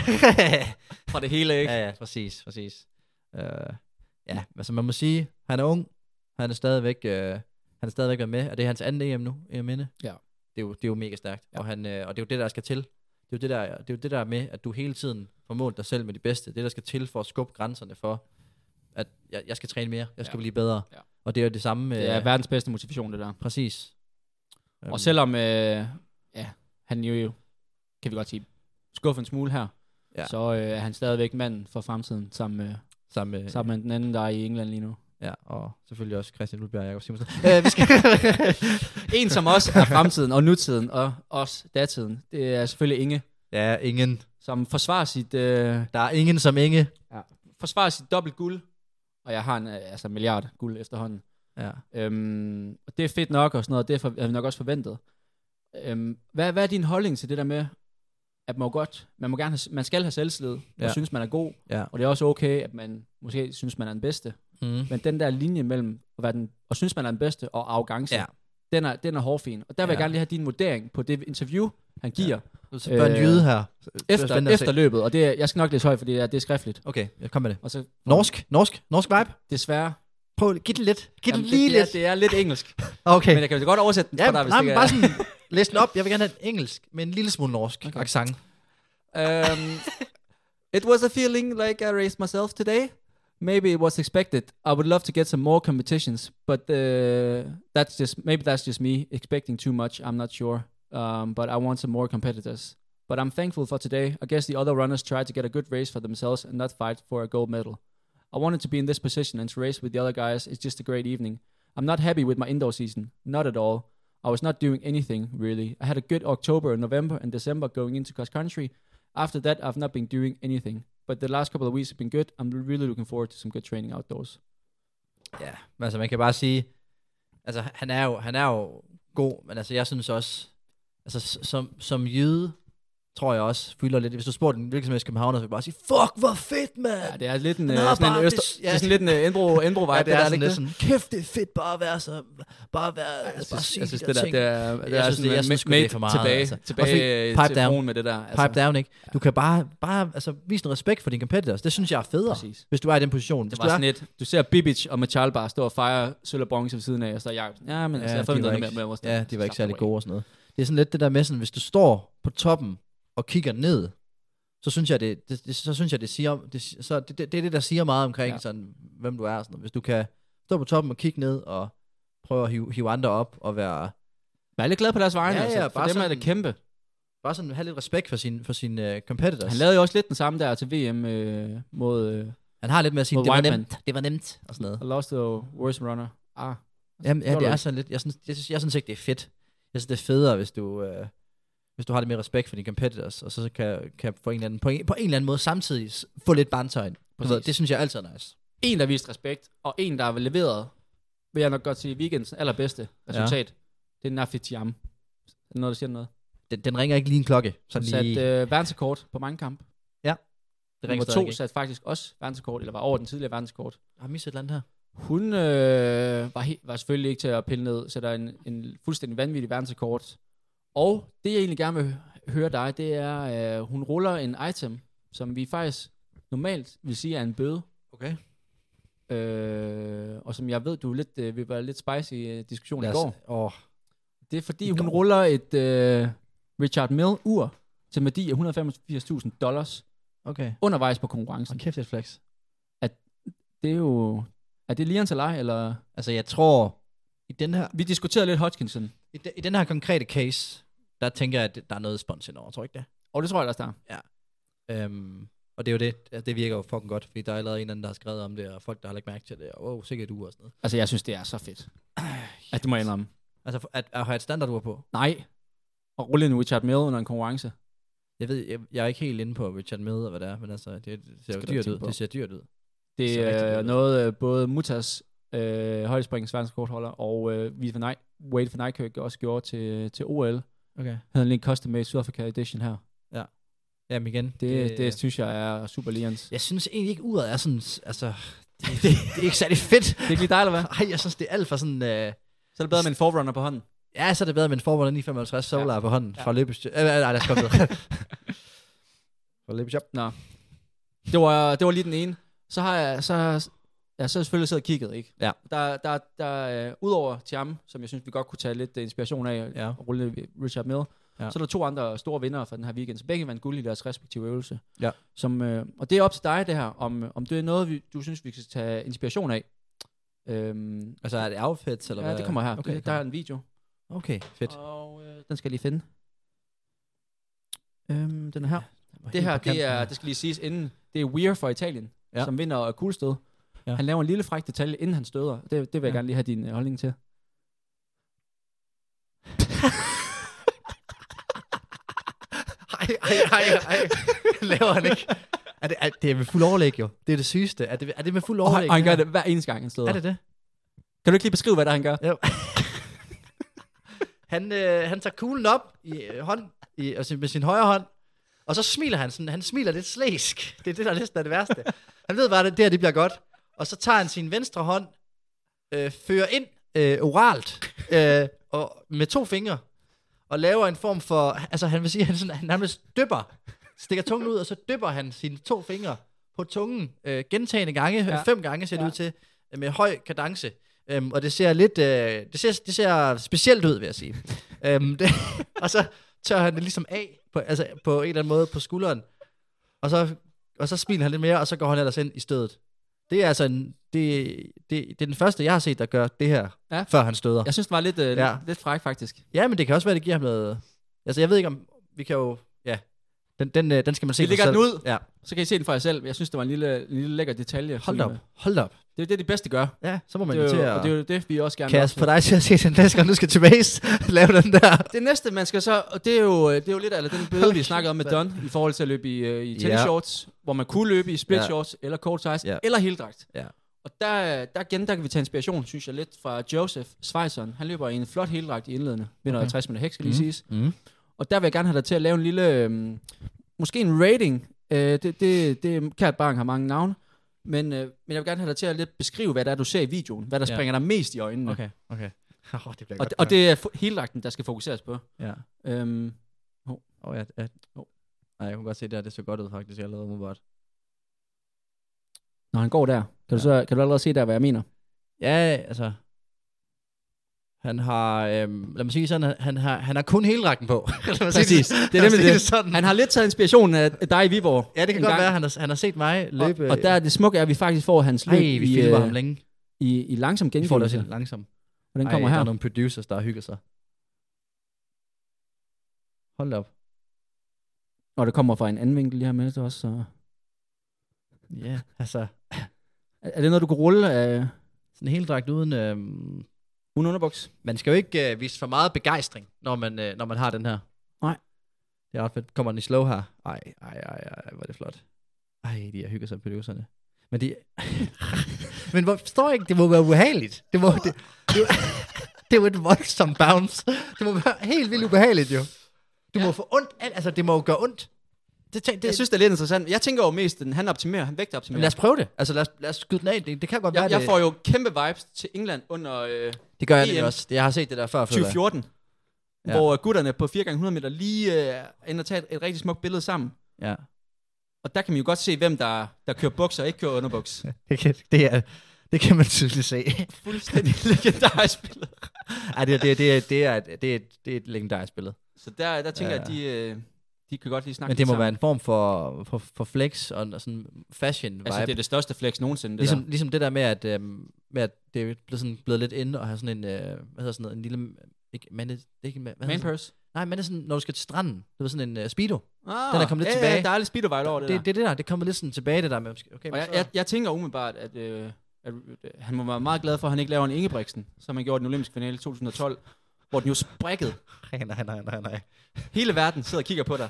fra det hele, ikke?
ja, ja, præcis, præcis. Øh, ja, altså man må sige, han er ung, han er stadigvæk, øh, han er stadigvæk været med, og det er hans andet EM nu, EM minde.
Ja.
Det er jo, det er jo mega stærkt, ja. og, han, øh, og det er jo det, der skal til. Det er jo det, der, det er jo det, der er med, at du hele tiden får målt dig selv med de bedste. Det, der skal til for at skubbe grænserne for, at jeg, jeg skal træne mere, jeg skal
Ja.
blive bedre.
Ja.
Og det er jo det samme, øh,
Det er verdens bedste motivation, det der.
præcis. Øhm,
Og selvom, øh, ja, han jo, jo, kan vi godt sige, skuffer en smule her,
Ja.
ja. så øh, er han stadigvæk manden for fremtiden, sammen med,
sammen med,
sammen med den anden, der er i England lige nu.
Øhm, øh, Ja, og selvfølgelig også Christian Lundberg og Jacob Simonsen. øh, vi skal...
En, som også er fremtiden og nutiden og også datiden, det er selvfølgelig Inge,
ja, ingen.
som forsvarer sit, øh,
Der er ingen som Inge.
forsvarer sit dobbelt guld, og jeg har en øh, altså en milliard guld efterhånden.
Ja.
Øhm, og det er fedt nok og sådan noget, og det har vi nok også forventet. Øhm, hvad, hvad er din holdning til det der med, at man må godt, man, må gerne have, man skal have selvslid, ja.
Ja.
og synes, man er god,
Ja.
og det er også okay, at man måske synes, man er den bedste,
Mm.
men den der linje mellem at, være den, og synes, man er den bedste, og arrogance,
Ja.
ja. den, er, den er hårdfin. Og der vil
Ja.
ja. jeg gerne lige have din vurdering på det interview, han giver,
Så bør en jyde her. Så- det er
ja. efter,
spændende at se.
efter løbet, og det, er- jeg skal nok læse højt, fordi det er, det er skriftligt.
Okay, jeg kom med det.
Og så,
Norsk, norsk, norsk vibe.
Desværre.
Prøv, giv den lidt. Giv den
Jamen,
lige
det, det, er,
lidt.
det er lidt engelsk,
Okay.
men jeg kan jo godt oversætte den
Ja,
for dig, hvis
nej,
det
men
ikke
bare
er-
sådan, læs den op. Jeg vil gerne have den engelsk, med en lille smule norsk okay.
Okay.
accent.
Um, it was a feeling like I raised myself today. Maybe it was expected. I would love to get some more competitions, but uh, that's just maybe that's just me expecting too much. I'm not sure, um, but I want some more competitors. But I'm thankful for today. I guess the other runners tried to get a good race for themselves and not fight for a gold medal. I wanted to be in this position and to race with the other guys. It's just a great evening. I'm not happy with my indoor season, not at all. I was not doing anything really. I had a good October, and November, and December going into cross country, after that, I've not been doing anything. But the last couple of weeks have been good. I'm really looking forward to some good training outdoors.
Ja, men altså man kan bare sige, altså han er jo, han er jo god, men altså jeg synes også, altså s- som, som jyde, tror jeg også, fylder lidt. Hvis du spurgte en hvilken som helst københavner, så vil jeg bare sige, fuck, hvor fedt, mand!
Ja, det er lidt en,
Han
øh,
har
sådan
bare
en
det-
øster,
ja.
det er sådan lidt en øh, indbro, indbro vibe.
Ja, det, er,
der,
sådan
ikke
lidt sådan, kæft, det er fedt bare at være så, bare at være,
Jeg
altså, bare
synes,
sige
jeg
de
synes
der
det der,
ting.
det er, det er
synes,
sådan,
det- jeg
jeg
synes
synes,
sgu, det er
made
for meget,
tilbage,
altså. Også fordi
tilbage
pipe
til
down.
broen med det der.
Pipe down, ikke? Du kan bare, bare altså, vise noget respekt for dine competitors. Det synes jeg er federe, Præcis.
Præcis.
hvis du er i den position.
Det
Hvis
var
du er,
sådan et, du ser Bibic og Machal bare stå og fejre sølv og bronze ved siden af, og så er Jacob, sådan, ja, men altså, jeg
de var
forventede
ikke,
noget mere med vores
ja, de var ikke særlig gode og sådan noget. Det er sådan lidt det der med, sådan, hvis du står på toppen og kigger ned, så synes jeg, det, det, det så synes jeg, det siger, det, så det, det, det, er det, der siger meget omkring, ja.
Ja.
sådan, hvem du er. og Sådan. noget. Hvis du kan stå på toppen og kigge ned og prøve at hive, hive andre op og være,
Men alle glade på deres vegne,
Ja,
ja,
ja,
altså, for
bare
dem er det
sådan-
kæmpe.
bare sådan have lidt respekt for sine for sin, uh, competitors.
Han lavede jo også lidt den samme der til VM øh, mod øh,
han har lidt med at sige,
Mod
det var
Whiteman.
nemt, det var nemt og sådan noget.
Lost the Worst Runner. Ah,
Jamen, ja,
Gjorde
det
du
er
ikke?
sådan lidt, jeg synes, jeg, synes, jeg synes ikke, det er fedt. Jeg synes, det er federe, hvis du, øh, hvis du har lidt mere respekt for dine competitors, og så kan, kan på, en eller anden, på, en, på en eller anden måde samtidig s- få lidt banter ind. Du ved,
Præcis.
Det synes jeg altid er nice.
en, der viste respekt, og en, der har leveret, vil jeg nok godt sige, weekendens allerbedste resultat, ja. det er Nafit Jam. Er det noget, der siger noget?
Den, den ringer ikke lige en klokke.
Han
Sådan lige,
satte øh, verdensrekord på mange kamp.
det
Nummer
ringer
to satte faktisk også verdensrekord, eller var over den tidligere verdenskort.
Har misset et eller andet her?
Hun øh, var, he- var selvfølgelig ikke til at pille ned, sætter en, en fuldstændig vanvittig verdensrekord. Og det, jeg egentlig gerne vil høre dig, det er, øh, hun ruller en item, som vi faktisk normalt vil sige er en bøde.
Okay.
Øh, og som jeg ved, du lidt, øh, vi var lidt spicy øh, diskussion i
Lad
går.
os, åh,
Det er fordi, hun ruller et øh, Richard Mill-ur til en værdi af 185.000 dollars
Okay.
undervejs på konkurrencen.
Og kæft, det er et flex.
Det er jo... Er det Lians eller ej, eller...
Altså, jeg tror, i den her,
Vi diskuterede lidt Hodgkinson,
i, de, i den her konkrete case, der tænker jeg, at der er noget spons indover, tror jeg ikke det?
og det tror jeg, der er.
Øhm, og det er jo det, altså, det virker jo fucking godt, fordi der er allerede en eller anden, der har skrevet om det, og folk, der har lagt mærke til det, og wow, sikkert du og sådan noget.
Altså, jeg synes, det er så fedt. At det må jeg indrømme.
Altså, for- at, at have et standardur på.
Nej. Og rulle en Richard Mill under en konkurrence.
Jeg ved, jeg, jeg er ikke helt inde på Richard Med og hvad det er, men altså, det, det ser jo
du
dyrt
tænke
ud.
på.
Det ser dyrt ud.
Det
Så rigtig
er
dyrt.
øh, noget, øh, både Mutas, øh, højdespringens verdenskortholder, og øh, Wade van Nij- Wade van Nijkerk også gjorde til, til OL. Han
Okay.
havde lige en custom made Sydafrika edition her.
Jamen igen.
Det, det, det synes jeg er super lians.
jeg synes egentlig ikke, uret er sådan, altså, det, det, det er ikke særlig fedt.
Det er ikke lige dig, eller hvad?
Ej, jeg synes, det er alt for sådan, øh,
Så er det bedre med en forerunner på hånden.
ja, så er det bedre med en Formel 955 Solar ja. på hånden fra løbestyr. Øh, nej, lad os komme videre. fra løbestyr.
Det var, det var lige den ene. Så har jeg, så, ja, så har jeg selvfølgelig siddet og kigget, ikke?
Ja.
Der, der, der øh, udover Tiam, som jeg synes, vi godt kunne tage lidt øh, inspiration af,
Ja.
ja. og rulle lidt Richard Mill,
Ja.
ja. så er der to andre store vinder fra den her weekend, som begge vandt guld i deres respektive øvelse.
Ja.
Som, øh, og det er op til dig, det her, om, om det er noget, vi, du synes, vi skal tage inspiration af. Øhm,
Altså, er det outfits, eller
ja,
hvad?
det kommer her.
Okay,
Okay,
det
Der
kommer.
er en video.
Okay, fedt.
Og øh, den skal jeg lige finde. Øhm, den er her.
var
Det
helt
her,
på kanten
det er,
her.
det skal lige siges inden, det er Weir fra Italien,
Ja.
ja. som vinder af kuglestød.
Ja.
Ja. Han laver en lille fræk detalje, inden han støder. Det, det vil jeg
Ja.
ja. gerne lige have din øh, holdning til.
Ej, ej, ej, ej. Laver han ikke. Er det, er, det er med fuld overlæg, jo. Det er det sygeste. Er det, er det med fuld
Og,
overlæg?
han- og han gør
her?
det hver eneste gang, han støder.
Er det det?
Kan du ikke lige beskrive, hvad der han gør?
Jo. han, øh, han tager kuglen op i, øh, hånd, i, altså med sin højre hånd, og så smiler han sådan, han smiler lidt slæsk. Det er det, der næsten er det værste. Han ved bare, at det der, det bliver godt. Og så tager han sin venstre hånd, øh, fører ind øh, oralt, øh, og med to fingre, og laver en form for, altså han vil sige, at han, sådan, han nærmest dypper, stikker tungen ud, og så dypper han sine to fingre på tungen øh, gentagende gange, ja.
Ja.
fem gange ser det ja.
Ja.
ud til, øh, med høj kadence. Øhm, og det ser lidt, øh, det, ser, det ser specielt ud, vil jeg sige. øhm, det, og så tør han det ligesom af, på, altså på en eller anden måde på skulderen, og så, og så smiler han lidt mere, og så går han ellers ind i stødet. Det er altså en, det, det, det er den første, jeg har set, der gør det her, ja.
Ja.
før han støder.
Jeg synes, det var lidt, øh,
Ja.
ja. lidt fræk, faktisk.
Ja, men det kan også være, det giver ham noget... Altså, jeg ved ikke om... Vi kan jo... Ja. Den, den, øh, den skal man se
Vi
for
lægger
sig
den
selv.
ud.
Ja.
Så kan I se den for jer selv. Jeg synes, det var en lille, en lille lækker detalje.
Hold da
som,
op.
øh,
Hold da op.
Det er jo det, de bedste gør.
Ja, så må man
det
jo til
er jo, og det er
at...
jo det, vi også gerne
Kan jeg
vil opnå.
få dig til at se den næste gang, du skal tilbage lave den der?
Det næste, man skal så, og det er jo, øh, det er jo lidt af den bøde, vi snakkede om med Don, i forhold til at løbe i, øh, i tennisshorts, hvor man kunne løbe i split
Ja.
shorts, eller court size,
Ja.
eller heldragt.
Ja.
Og der, der igen, der kan vi tage inspiration, synes jeg, lidt fra Joseph Schweizeren. Han løber i en flot heldragt i indledende, vinder okay. 60 meter hæk, skal lige siges.
Mm.
Og der vil jeg gerne have dig til at lave en lille, øhm, måske en rating. Øh, det, det, det, kært barn har mange navne. Men, øh, men jeg vil gerne have dig til at lidt beskrive, hvad det er, du ser i videoen. Hvad der
Ja.
ja. springer dig mest i øjnene.
Okay, okay. Oh, det bliver
Og,
godt.
og det er fu- heldragten, der skal fokuseres på.
Ja.
Øhm,
Åh, ja, ja. Nej, jeg kunne godt se, det her, det så godt ud faktisk allerede umiddelbart.
når han går der. Kan, du, så, kan du allerede se der, hvad jeg mener?
Ja, altså... Han har, øhm, lad mig sige sådan, han- han har, han har kun hele rækken på. Lad mig sige
Præcis.
Det,
Det er
lad mig
nemlig
sige
det.
Sådan.
Han har lidt taget inspiration af af dig i Viborg.
ja, det kan
en
godt
gang.
være, han har, han har set mig løbe.
Og, og der er det smukke, er, at vi faktisk får hans løb
Ej, vi
i,
filmer
øh,
ham længe.
i, i langsom
Vi får det også
gengivelse.
helt langsomt.
Og den kommer
Ej,
her.
der er nogle producers, der har hygget sig. Hold da op.
Og det kommer fra en anden vinkel lige her med det også. Så.
Ja, yeah. altså,
Er, er det noget, du kunne rulle af
sådan helt dragt uden... Øhm,
uden underbuks?
man skal jo ikke øh, vise for meget begejstring, når man, øh, når man har den her.
Nej.
Det er ret fedt. Kommer den i slow her? Ej, ej, ej, ej, hvor er det flot. Ej, de har hygget sig, producerne. Men de... Men hvor forstår jeg ikke, det må være ubehageligt. Det må... Det, det, det er jo et voldsomt bounce. Det må være helt vildt ubehageligt, jo. Du ja. må få ondt. alt- Altså, det må jo gøre ondt. Det, tænk- det,
Jeg synes, det er lidt interessant. Jeg tænker jo mest, at han optimerer, han vægtoptimerer.
Men lad os prøve det. Altså, lad os, lad os skyde den af. Det, det kan godt være,
jeg, jeg
det,
får jo kæmpe vibes til England under øh,
det gør jeg
EM.
nemlig også. Jeg har set det der før. føler jeg.
2014,
Ja.
hvor gutterne på 4x100 meter lige øh, ender og tager et, et rigtig smukt billede sammen.
Ja.
Og der kan man jo godt se, hvem der, der kører bukser og ikke kører underbuks.
Det, kan- det, er, Det kan man tydeligt se.
Fuldstændig legendarisk spillet.
Ej, det, det, det, det, er, det, er, det er et legendarisk spillet.
Så der, der tænker
Ja.
ja. jeg, at de, øh, de kan godt lige snakke
Men det
lidt
må
sammen.
være en form for, for, for flex og, og sådan fashion vibe.
Altså, det er det største flex nogensinde, det
ligesom,
der.
ligesom det der med, at, øhm, med, at det er blevet, sådan, blevet lidt inde og have sådan en, øh, hvad hedder sådan noget, en lille, ikke, man, det er ikke en, man, hvad hedder
Man
sådan-
purse.
Nej, man er sådan, når du skal til stranden, det var sådan en uh, speedo.
Ah,
Den er kommet lidt
ja,
tilbage.
Ja, der er lidt speedo-vibe over det,
det,
der.
det, det, der, det kommer lidt sådan tilbage, det der med, okay,
Og jeg,
så-
jeg, jeg tænker umiddelbart, at, øh, at øh, han må være meget glad for, at han ikke laver en Ingebrigtsen, som han gjorde i den olympiske finale i 2012, hvor den jo sprækkede.
nej, nej, nej, nej, nej.
Hele verden sidder og kigger på dig.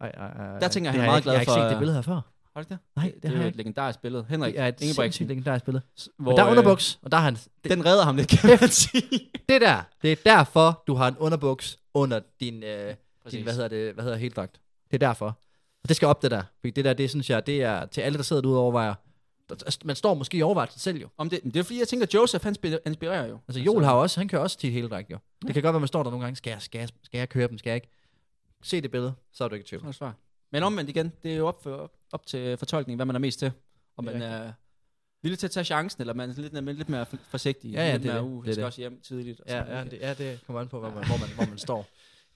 Ej, ej, ej,
Der tænker jeg,
det
han er
har
meget
ikke-
glad
Jeg har ikke
for-
set det billede her før.
Har du det?
Nej, det
det, det
har
er jo
jeg
et
ikke.
legendarisk billede. Henrik
Det er et
Ingebrigtsen.
sindssygt legendarisk billede.
Hvor,
Men der er
øh,
underbuks, og der er han. Det,
Den redder ham lidt, kan man sige.
det der, det er derfor, du har en underbuks under din, øh, din
Præcis.
hvad hedder det, hvad hedder helt dragt. Det er derfor. Og det skal op, det der. Fordi det der, det synes jeg, det er til alle, der sidder derude og overvejer. Der- Man står måske i overvejelsen selv jo.
Om det, men det er fordi, jeg tænker, at Joseph, han spiller- inspirerer jo.
Altså, Joel har jo også, han kører også tit hele dragt, jo. Det kan godt være, man står der nogle gange, skal jeg, skal jeg, skal jeg køre dem, skal jeg ikke? Se det billede, så er du ikke i tvivl.
Godt svar. Men omvendt igen, det er jo op, for, op, op til fortolkning, hvad man er mest til. Om
Det
man
er
er villig til at tage chancen, eller man er lidt, lidt, lidt mere for- forsigtig.
Ja, ja,
lidt
det er
mere,
det. Det
Uh,
er
jeg skal
det.
også hjem tidligt. og sådan
Ja,
noget.
ja, det, ja, det kommer an på, hvor man, hvor man, hvor man står.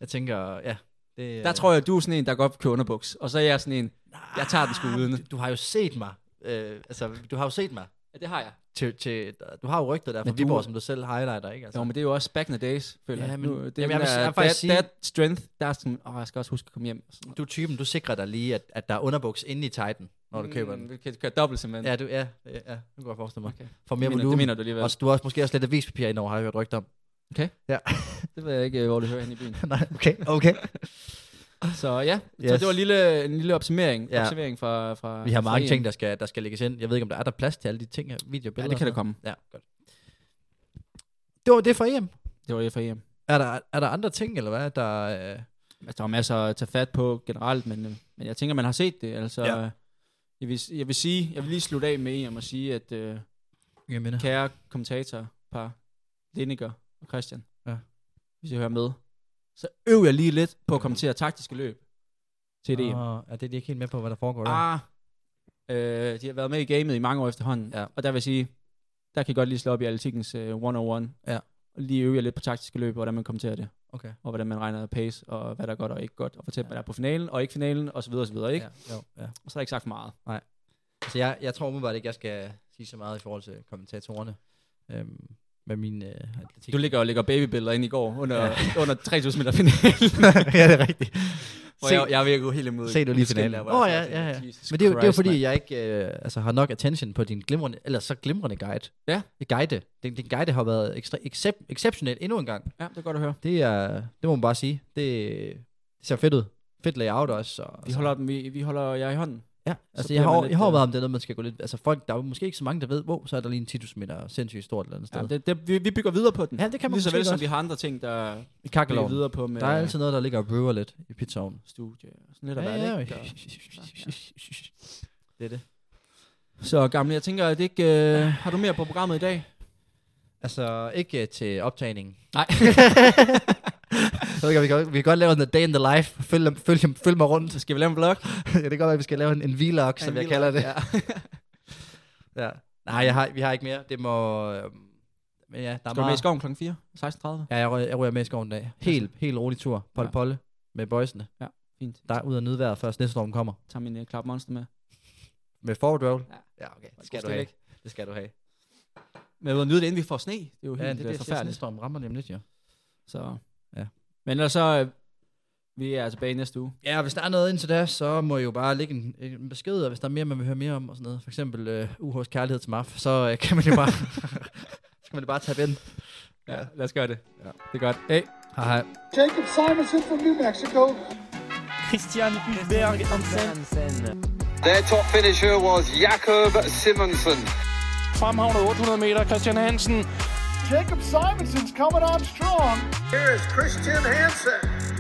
Jeg tænker, ja. Det,
Der tror jeg, du er sådan en, der godt kører underbuks. Og så er jeg sådan en, jeg tager den sgu uden.
Ah, Du, du har jo set mig. Øh, altså, du har jo set mig.
Ja, det har jeg.
Til, til, du har jo rygter der fra
Men du-
Viborg, som du selv highlighter, ikke? Altså,
Jo, men det er jo også back in the days, føler
Ja,
jeg.
men-
Nu, det
jamen,
er den
jeg vil-
der
jeg vil faktisk
dad-
sige-
dad strength, der er sådan, åh, jeg skal også huske at komme hjem. Sådan,
du er typen, du sikrer dig lige, at, at der er underbuks inde i Titan, når
Mm,
du køber den.
Du kan køre dobbelt, simpelthen.
Ja, du, ja, ja, ja, nu går jeg forestille mig.
Okay.
For mere
det, mener,
volumen.
det mener du alligevel.
og du har også måske også lidt avispapir indover, har jeg hørt rygter om.
Okay.
Ja.
Det ved jeg ikke, øh, hvor du hører hen i byen.
Nej, okay, okay.
Så ja, yes. så
Yes.
det var en lille, en lille opsummering,
Ja.
ja. observering fra, fra
Vi har
fra E
mange
EM.
ting, der skal, der skal lægges ind. Jeg ved ikke, om der er der er plads til alle de ting her, videobilleder.
Ja, det kan der komme.
Ja, godt. Det var det fra EM.
Det var E for EM.
Er der, er der andre ting, eller hvad, der... Øh...
Altså, der var masser at tage fat på generelt, men, øh, men jeg tænker, man har set det. Altså,
Ja.
ja. jeg, vil, jeg vil sige, jeg vil lige slutte af med EM og sige, at øh,
Jeg mener.
kære kommentator, par Lindiger og Christian,
Ja.
hvis jeg hører med, så øv jeg lige lidt på at kommentere taktiske løb til det EM.
Og, er det de ikke helt med på, hvad der foregår der?
Ah, øh, de har været med i gamet i mange år efterhånden.
Ja.
Og der vil jeg sige, der kan I godt lige slå op i Atletikkens øh, 101.
Ja.
Og lige øve jer lidt på taktiske løb, hvordan man kommenterer det.
Okay.
Og hvordan man regner pace, og hvad der er godt og ikke godt. Og fortæl, ja. hvad der er på finalen og ikke finalen, osv. osv. Ikke? Ja.
Ja, jo, ja.
Og så er der ikke sagt for meget.
Altså, jeg, jeg tror umiddelbart ikke, jeg skal sige så meget i forhold til kommentatorerne. Øhm, med min øh, atletik.
Du ligger og lægger babybilleder ind i går under, ja. under 3000 meter finalen.
ja, det er rigtigt.
hvor
Se-
jeg, jeg er ved altså, at gå helt imod.
Se nu lige finalen.
Åh
Åh, ja, ja, ja. Men det er, jo, det er jo fordi, jeg ikke øh, altså, har nok attention på din glimrende, eller så glimrende guide.
Ja.
Det guide. Din, din guide har været ekstra, excep, exceptionel endnu en gang.
Ja, det er godt at høre.
Det, er, det må man bare sige. Det, det ser fedt ud. Fedt layout også. Og,
Vi holder, dem, vi, vi holder jer i hånden.
Ja, altså
bliver
jeg har,
man lidt,
jeg har
øh,
været om det er noget, man skal gå lidt... Altså folk, der er jo måske ikke så mange, der ved, hvor, så er der lige en titusmeter sindssygt stort et eller andet sted.
Ja,
Ja, det,
det, det, vi, vi bygger videre på den.
ja, det kan man
Lige så
måske
vel som
godt.
vi har andre ting, der
I
bliver
kakkeloven.
videre på med
Der er altid noget, der ligger og brøver lidt i pizzaovnen.
studie og sådan lidt af ja, ja, ja.
Det er det.
Så gamle, jeg tænker, at det ikke, øh, har du mere på programmet i dag?
Altså, ikke øh, til optagningen.
Nej.
Så kan vi, godt, vi kan godt lave en day in the life. Følg, dem- følg, dem- følg mig rundt.
Så skal vi lave en vlog,
ja, det kan godt være, at vi skal lave en, en vlog, som
En
jeg
vlog,
kalder det.
ja.
ja. Nej, jeg har, vi har ikke mere. Det må... Øh, men ja, der er
Skal du med i
meget...
skoven kl. 4? 16.30?
Ja, jeg rører, jeg rører med i skoven i dag. Helt, helt rolig tur. Polle
Ja.
polle med boysene.
Fint.
Der er ud og nyde vejret først næste år, den kommer.
Tag min uh, Club Monster med.
Med fordrawl?
Ja.
ja okay. Det
God
skal du
stil,
have.
ikke?
Det skal du have.
Men jeg ved, nyde det, inden vi får sne. Det er jo helt øh,
Ja, det, det, det,
forfærdeligt.
det, det, rammer nemlig lidt, ja.
Så.
Ja.
Men ellers så, øh, vi er tilbage næste uge.
Ja, og hvis der er noget indtil da, så må I jo bare lægge en, en besked, og hvis der er mere, man vil høre mere om, og sådan noget. For eksempel øh, UH's kærlighed til MAF, så øh, kan man jo bare, så kan man jo bare tage ind.
Ja, lad os gøre det. Ja. Det er godt. Hey.
Hej hej.
Jacob Simonson from New Mexico
Christian Hulberg Hansen.
Their top finisher was Jakob Simonsen.
Fremhavnet 800 meter, Christian Hansen.
Jacob Simonson's coming on strong. Here is Christian Hansen.